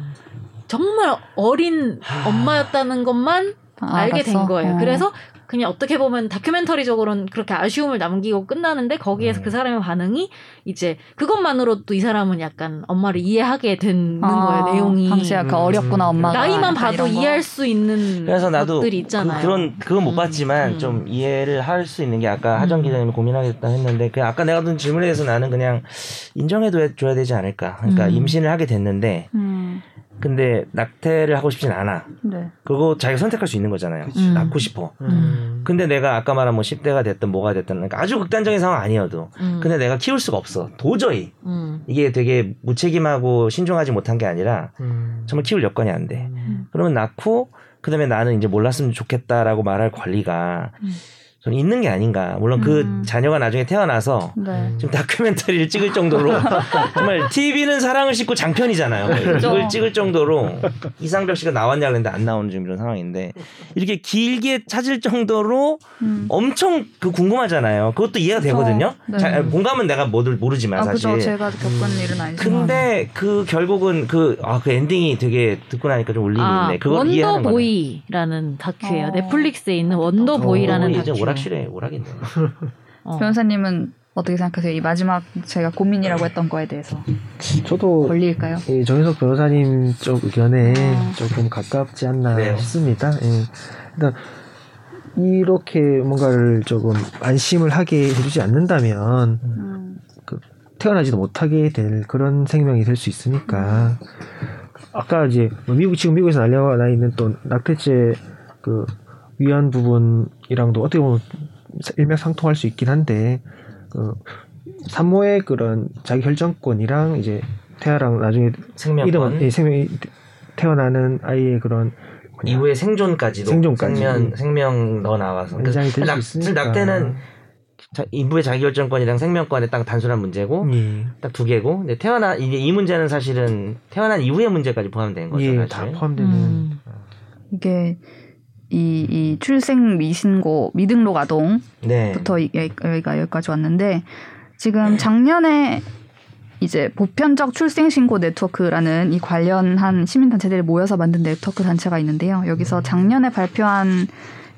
Speaker 2: 정말 어린 엄마였다는 것만
Speaker 1: 아,
Speaker 2: 알게 된
Speaker 1: 알았어.
Speaker 2: 거예요.
Speaker 1: 어.
Speaker 2: 그래서 그냥 어떻게 보면 다큐멘터리적으로는 그렇게 아쉬움을 남기고 끝나는데 거기에서
Speaker 3: 음.
Speaker 2: 그 사람의 반응이 이제 그것만으로도 이 사람은 약간 엄마를 이해하게 되는 거예요. 내용이
Speaker 1: 아, 당시에 약간
Speaker 4: 음.
Speaker 1: 어렸구나
Speaker 3: 아,
Speaker 1: 엄마가
Speaker 2: 나이만
Speaker 1: 약간
Speaker 2: 봐도
Speaker 1: 이런 거.
Speaker 2: 이해할 수 있는
Speaker 3: 그래서 나도
Speaker 2: 것들이
Speaker 3: 그,
Speaker 2: 있잖아요.
Speaker 3: 그런 그건 못
Speaker 2: 음,
Speaker 3: 봤지만
Speaker 2: 음.
Speaker 3: 좀 이해를 할 수 있는 게 아까 하정
Speaker 2: 음.
Speaker 3: 기자님이 고민하겠다 했는데 그 아까 내가 둔 질문에 대해서 나는 그냥 인정해도 줘야 되지 않을까. 그러니까
Speaker 2: 음.
Speaker 3: 임신을 하게 됐는데
Speaker 1: 음.
Speaker 3: 근데 낙태를 하고 싶진 않아.
Speaker 1: 네.
Speaker 3: 그거 자기가 선택할 수 있는 거잖아요.
Speaker 2: 그치.
Speaker 3: 낳고 싶어.
Speaker 4: 음.
Speaker 3: 근데 내가 아까 말한 뭐 10대가 됐든 뭐가 됐든 그러니까 아주 극단적인 상황 아니어도
Speaker 2: 음,
Speaker 3: 근데 내가 키울 수가 없어 도저히
Speaker 2: 음,
Speaker 3: 이게 되게 무책임하고 신중하지 못한 게 아니라
Speaker 4: 음.
Speaker 3: 정말 네. 키울 여건이 안 돼
Speaker 2: 네. 음.
Speaker 3: 그러면 낳고 그다음에 나는 이제 몰랐으면 좋겠다라고 말할 권리가 좀 있는 게 아닌가. 물론 그
Speaker 1: 음.
Speaker 3: 자녀가 나중에 태어나서
Speaker 6: 네.
Speaker 3: 지금 다큐멘터리를 찍을 정도로 정말 TV는 사랑을 싣고 장편이잖아요.
Speaker 1: 그렇죠.
Speaker 3: 이걸 찍을 정도로 이상벽 씨가 나왔냐 그랬는데 안 나오는 지금 이런 상황인데 이렇게 길게 찾을 정도로
Speaker 6: 음.
Speaker 3: 엄청 그 궁금하잖아요. 그것도 이해가
Speaker 6: 그쵸.
Speaker 3: 되거든요.
Speaker 6: 네.
Speaker 3: 자, 공감은 내가 뭐들 모르지만
Speaker 1: 그렇죠. 아
Speaker 3: 사실.
Speaker 1: 그죠 제가 겪은 일은 아니지만
Speaker 3: 근데 그 결국은 그 아 그 엔딩이 되게 듣고 나니까 좀 울림이
Speaker 2: 아,
Speaker 3: 음, 있네. 그걸 이해하는 거네.
Speaker 2: 원더보이라는 다큐예요.
Speaker 1: 어.
Speaker 2: 넷플릭스에 있는 원더보이라는
Speaker 3: 어, 이제
Speaker 2: 다큐.
Speaker 3: 오락실에 오락이네.
Speaker 2: 어.
Speaker 1: 변호사님은 어떻게 생각하세요? 이 마지막 제가 고민이라고 했던 거에 대해서
Speaker 4: 음, 저도
Speaker 1: 권리일까요?
Speaker 4: 이 정혜석 변호사님 쪽 의견에
Speaker 1: 음.
Speaker 4: 조금 가깝지 않나
Speaker 3: 네.
Speaker 4: 싶습니다. 예. 일단 이렇게 뭔가를 조금 안심을 하게 해주지 않는다면
Speaker 2: 음.
Speaker 4: 태어나지도 못하게 될 그런 생명이 될 수 있으니까 아까 이제 뭐 미국 지금 미국에서 날려나 있는 또 낙태죄 그 위안 부분이랑도 어떻게 보면 일맥상통할 수 있긴 한데 그 산모의 그런 자기 결정권이랑 이제 태아랑 나중에
Speaker 3: 생명권
Speaker 4: 이름 예, 생명이 태어나는 아이의 그런 뭐냐,
Speaker 3: 이후에 생존까지도
Speaker 4: 생존까지.
Speaker 3: 생명 생명 넣어 나와서 그러니까
Speaker 4: 연장이 될 수
Speaker 3: 아, 낙-
Speaker 4: 있으니까
Speaker 3: 낙태는 자- 인부의 자기결정권이랑 생명권의 딱 단순한
Speaker 1: 음.
Speaker 3: 문제고
Speaker 4: 예,
Speaker 3: 딱 두 개고 근데 태어나 이제 이 문제는 사실은 태어난 이후의 문제까지 포함된 거잖아요.
Speaker 4: 예, 다
Speaker 3: 사실.
Speaker 4: 포함되는
Speaker 2: 음.
Speaker 1: 이게 이, 이 출생 미신고 미등록 아동부터
Speaker 3: 네.
Speaker 1: 이- 여기가 여기까지 왔는데 지금 작년에 이제 보편적 출생신고 네트워크라는 이 관련한 시민단체들이 모여서 만든 네트워크 단체가 있는데요. 여기서 작년에 발표한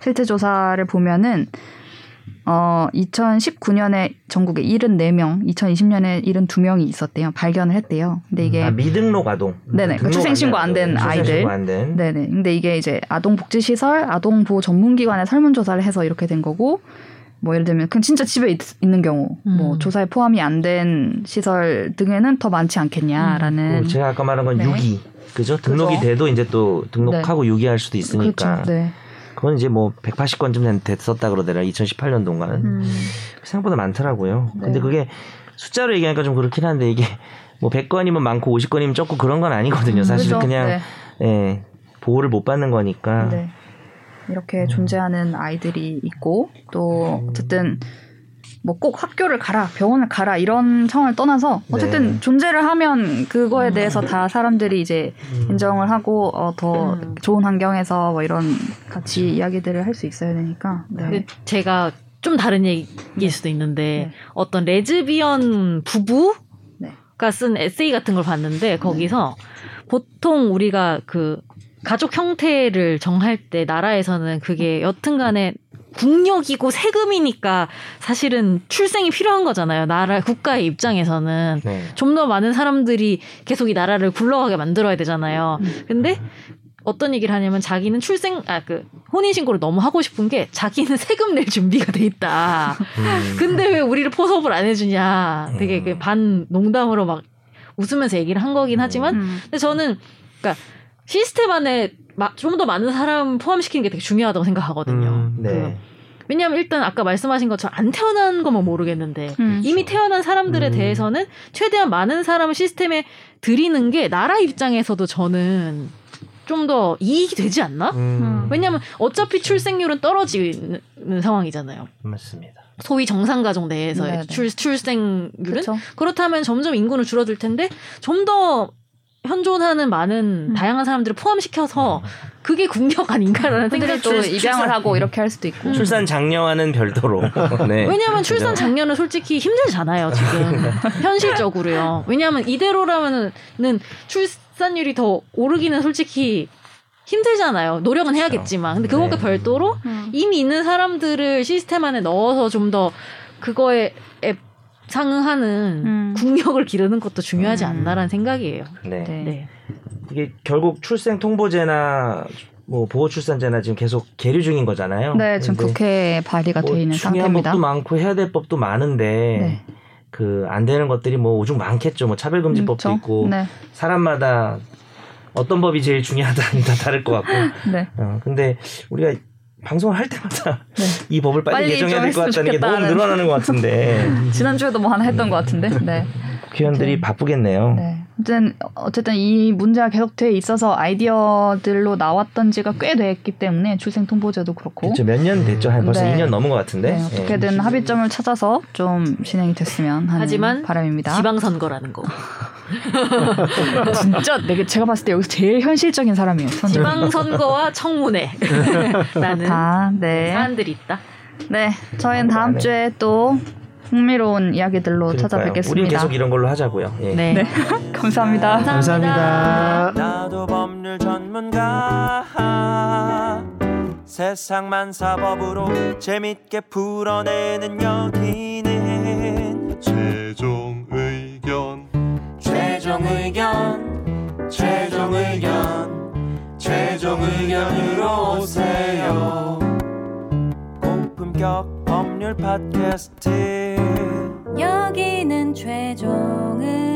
Speaker 1: 실태조사를 보면은 어, 2019년에 전국에 74명, 2020년에 72명이 있었대요. 발견을 했대요. 근데 이게 음.
Speaker 3: 아, 미등록 아동.
Speaker 1: 네네.
Speaker 3: 등록
Speaker 1: 출생신고
Speaker 3: 안
Speaker 1: 안
Speaker 3: 된
Speaker 1: 된
Speaker 3: 아동. 출생신고
Speaker 1: 아이들.
Speaker 3: 안 된.
Speaker 1: 네네. 근데 이게 이제 아동복지시설, 아동보호 전문기관의 설문조사를 해서 이렇게 된 거고, 뭐 예를 들면 그냥 진짜 집에 있, 는 경우, 뭐
Speaker 2: 음.
Speaker 1: 조사에 포함이 안 된 시설 등에는 더 많지 않겠냐라는.
Speaker 3: 그 제가 아까 말한 건
Speaker 1: 네.
Speaker 3: 유기. 그죠? 등록이
Speaker 1: 그죠. 네.
Speaker 3: 돼도 이제 또 등록하고 유기할 수도 있으니까.
Speaker 1: 그렇죠. 네.
Speaker 3: 그건 이제 뭐 180건쯤 됐었다 그러더라. 2018년도인가는. 생각보다 많더라고요. 근데
Speaker 1: 음. 네.
Speaker 3: 그게 숫자로 얘기하니까 좀 그렇긴 한데 이게 뭐 100건이면 많고 50건이면 적고 그런 건 아니거든요. 사실은
Speaker 1: 그죠?
Speaker 3: 그냥 아.
Speaker 1: 네.
Speaker 3: 예, 보호를 못 받는 거니까.
Speaker 1: 네. 이렇게
Speaker 3: 음.
Speaker 1: 존재하는 아이들이 있고 또 어쨌든 뭐 꼭 학교를 가라 병원을 가라 이런 상황을 떠나서 어쨌든
Speaker 3: 네. 음.
Speaker 1: 존재를 하면 그거에 대해서 다 사람들이 이제 인정을 하고 어, 더
Speaker 2: 음.
Speaker 1: 좋은 환경에서 뭐 이런 같이 이야기들을 할 수 있어야 되니까 네.
Speaker 2: 근데 제가 좀 다른 얘기일 수도 있는데
Speaker 1: 네.
Speaker 2: 어떤 레즈비언 부부가
Speaker 1: 네.
Speaker 2: 쓴 에세이 같은 걸 봤는데 거기서 보통 우리가 그 가족 형태를 정할 때 나라에서는 그게 여튼간에 국력이고 세금이니까 사실은 출생이 필요한 거잖아요. 나라 국가의 입장에서는
Speaker 3: 네.
Speaker 2: 좀 더 많은 사람들이 계속 이 나라를 굴러가게 만들어야 되잖아요. 근데 어떤 얘기를 하냐면 자기는 출생 아 그 혼인 신고를 너무 하고 싶은 게 자기는 세금 낼 준비가 돼 있다.
Speaker 3: 음.
Speaker 2: 근데 왜 우리를 포섭을 안 해주냐. 되게 그 반 농담으로 막 웃으면서 얘기를 한 거긴 하지만
Speaker 1: 음.
Speaker 2: 근데 저는 그러니까 시스템 안에 좀 더 많은 사람 포함시키는 게 되게 중요하다고 생각하거든요.
Speaker 3: 음,
Speaker 2: 그
Speaker 3: 네.
Speaker 2: 왜냐하면 일단 아까 말씀하신 것처럼 안 태어난 것만 모르겠는데
Speaker 1: 음.
Speaker 2: 이미 태어난 사람들에
Speaker 3: 음.
Speaker 2: 대해서는 최대한 많은 사람을 시스템에 들이는 게 나라 입장에서도 저는 좀 더 이익이 되지 않나?
Speaker 3: 음,
Speaker 2: 왜냐하면 어차피 출생률은 떨어지는 상황이잖아요.
Speaker 3: 맞습니다.
Speaker 2: 소위 정상 가정 내에서의
Speaker 1: 네, 네.
Speaker 2: 출, 출생률은
Speaker 1: 그렇죠.
Speaker 2: 그렇다면 점점 인구는 줄어들 텐데 좀 더 현존하는 많은
Speaker 1: 음.
Speaker 2: 다양한 사람들을 포함시켜서 그게 국력 아닌가라는 생각이
Speaker 1: 그들이 또 입양을 하고 이렇게 할 수도 있고
Speaker 3: 출산 장려와는 별도로. 네.
Speaker 2: 왜냐하면 출산 작년은 솔직히 힘들잖아요 지금 현실적으로요. 왜냐하면 이대로라면은 출산율이 더 오르기는 솔직히 힘들잖아요. 노력은 해야겠지만 근데 그것과
Speaker 3: 네.
Speaker 2: 별도로
Speaker 1: 음.
Speaker 2: 이미 있는 사람들을 시스템 안에 넣어서 좀 더 그거에 에- 상응하는
Speaker 1: 음.
Speaker 2: 국력을 기르는 것도 중요하지
Speaker 1: 음.
Speaker 2: 않나라는 생각이에요.
Speaker 3: 네.
Speaker 1: 네.
Speaker 2: 네.
Speaker 3: 이게 결국 출생 통보제나 뭐 보호 출산제나 지금 계속 계류 중인 거잖아요.
Speaker 1: 네 지금
Speaker 3: 근데
Speaker 1: 국회에 발의가
Speaker 3: 어, 뭐
Speaker 1: 돼 있는
Speaker 3: 중요한
Speaker 1: 상태입니다.
Speaker 3: 법도 많고 해야 될 법도 많은데
Speaker 1: 네.
Speaker 3: 그 안 되는 것들이 뭐 오죽 많겠죠. 뭐 차별금지법도
Speaker 1: 그렇죠?
Speaker 3: 있고
Speaker 1: 네.
Speaker 3: 사람마다 어떤 법이 제일 중요하다는 다 다를 것 같고.
Speaker 1: 네.
Speaker 3: 어, 근데 우리가 방송을 할 때마다
Speaker 1: 네.
Speaker 3: 이 법을 빨리,
Speaker 1: 빨리
Speaker 3: 개정해야
Speaker 1: 좀
Speaker 3: 될 것
Speaker 1: 했으면
Speaker 3: 같다는 게 너무
Speaker 1: 좋겠다는.
Speaker 3: 늘어나는 것 같은데
Speaker 1: 지난주에도 뭐 하나 했던 것 같은데. 네.
Speaker 3: 국회의원들이 바쁘겠네요.
Speaker 1: 네. 어쨌든, 어쨌든 이 문제가 계속 돼 있어서 아이디어들로 나왔던 지가 꽤 됐기 때문에 출생통보제도 그렇고
Speaker 3: 그렇죠. 몇 년 됐죠? 한 벌써
Speaker 1: 네.
Speaker 3: 2년 넘은 것 같은데. 예.
Speaker 1: 네, 어떻게든 합의점을 찾아서 좀 진행이 됐으면 하는
Speaker 2: 하지만
Speaker 1: 바람입니다.
Speaker 2: 지방선거라는 거.
Speaker 1: 진짜 내가 제가 봤을 때 여기서 제일 현실적인 사람이에요. 선생님.
Speaker 2: 지방선거와 청문회. 나는
Speaker 1: 다, 네.
Speaker 2: 사람들이 있다.
Speaker 1: 네. 저희는 다음 주에 또 흥미로운 이야기들로
Speaker 3: 그러니까요.
Speaker 1: 찾아뵙겠습니다.
Speaker 3: 우리 계속 이런 네. 걸로 하자고요. 예.
Speaker 2: 네.
Speaker 1: 네. 감사합니다.
Speaker 4: 감사합니다.
Speaker 6: 나도 법률 전문가 세상만 사법으로 재밌게 풀어내는 여기는
Speaker 7: 최종 의견
Speaker 6: 최종 의견 최종 의견 최종 의견으로 오세요 고품격 법률 팟캐스트
Speaker 8: 여기는 최종 의견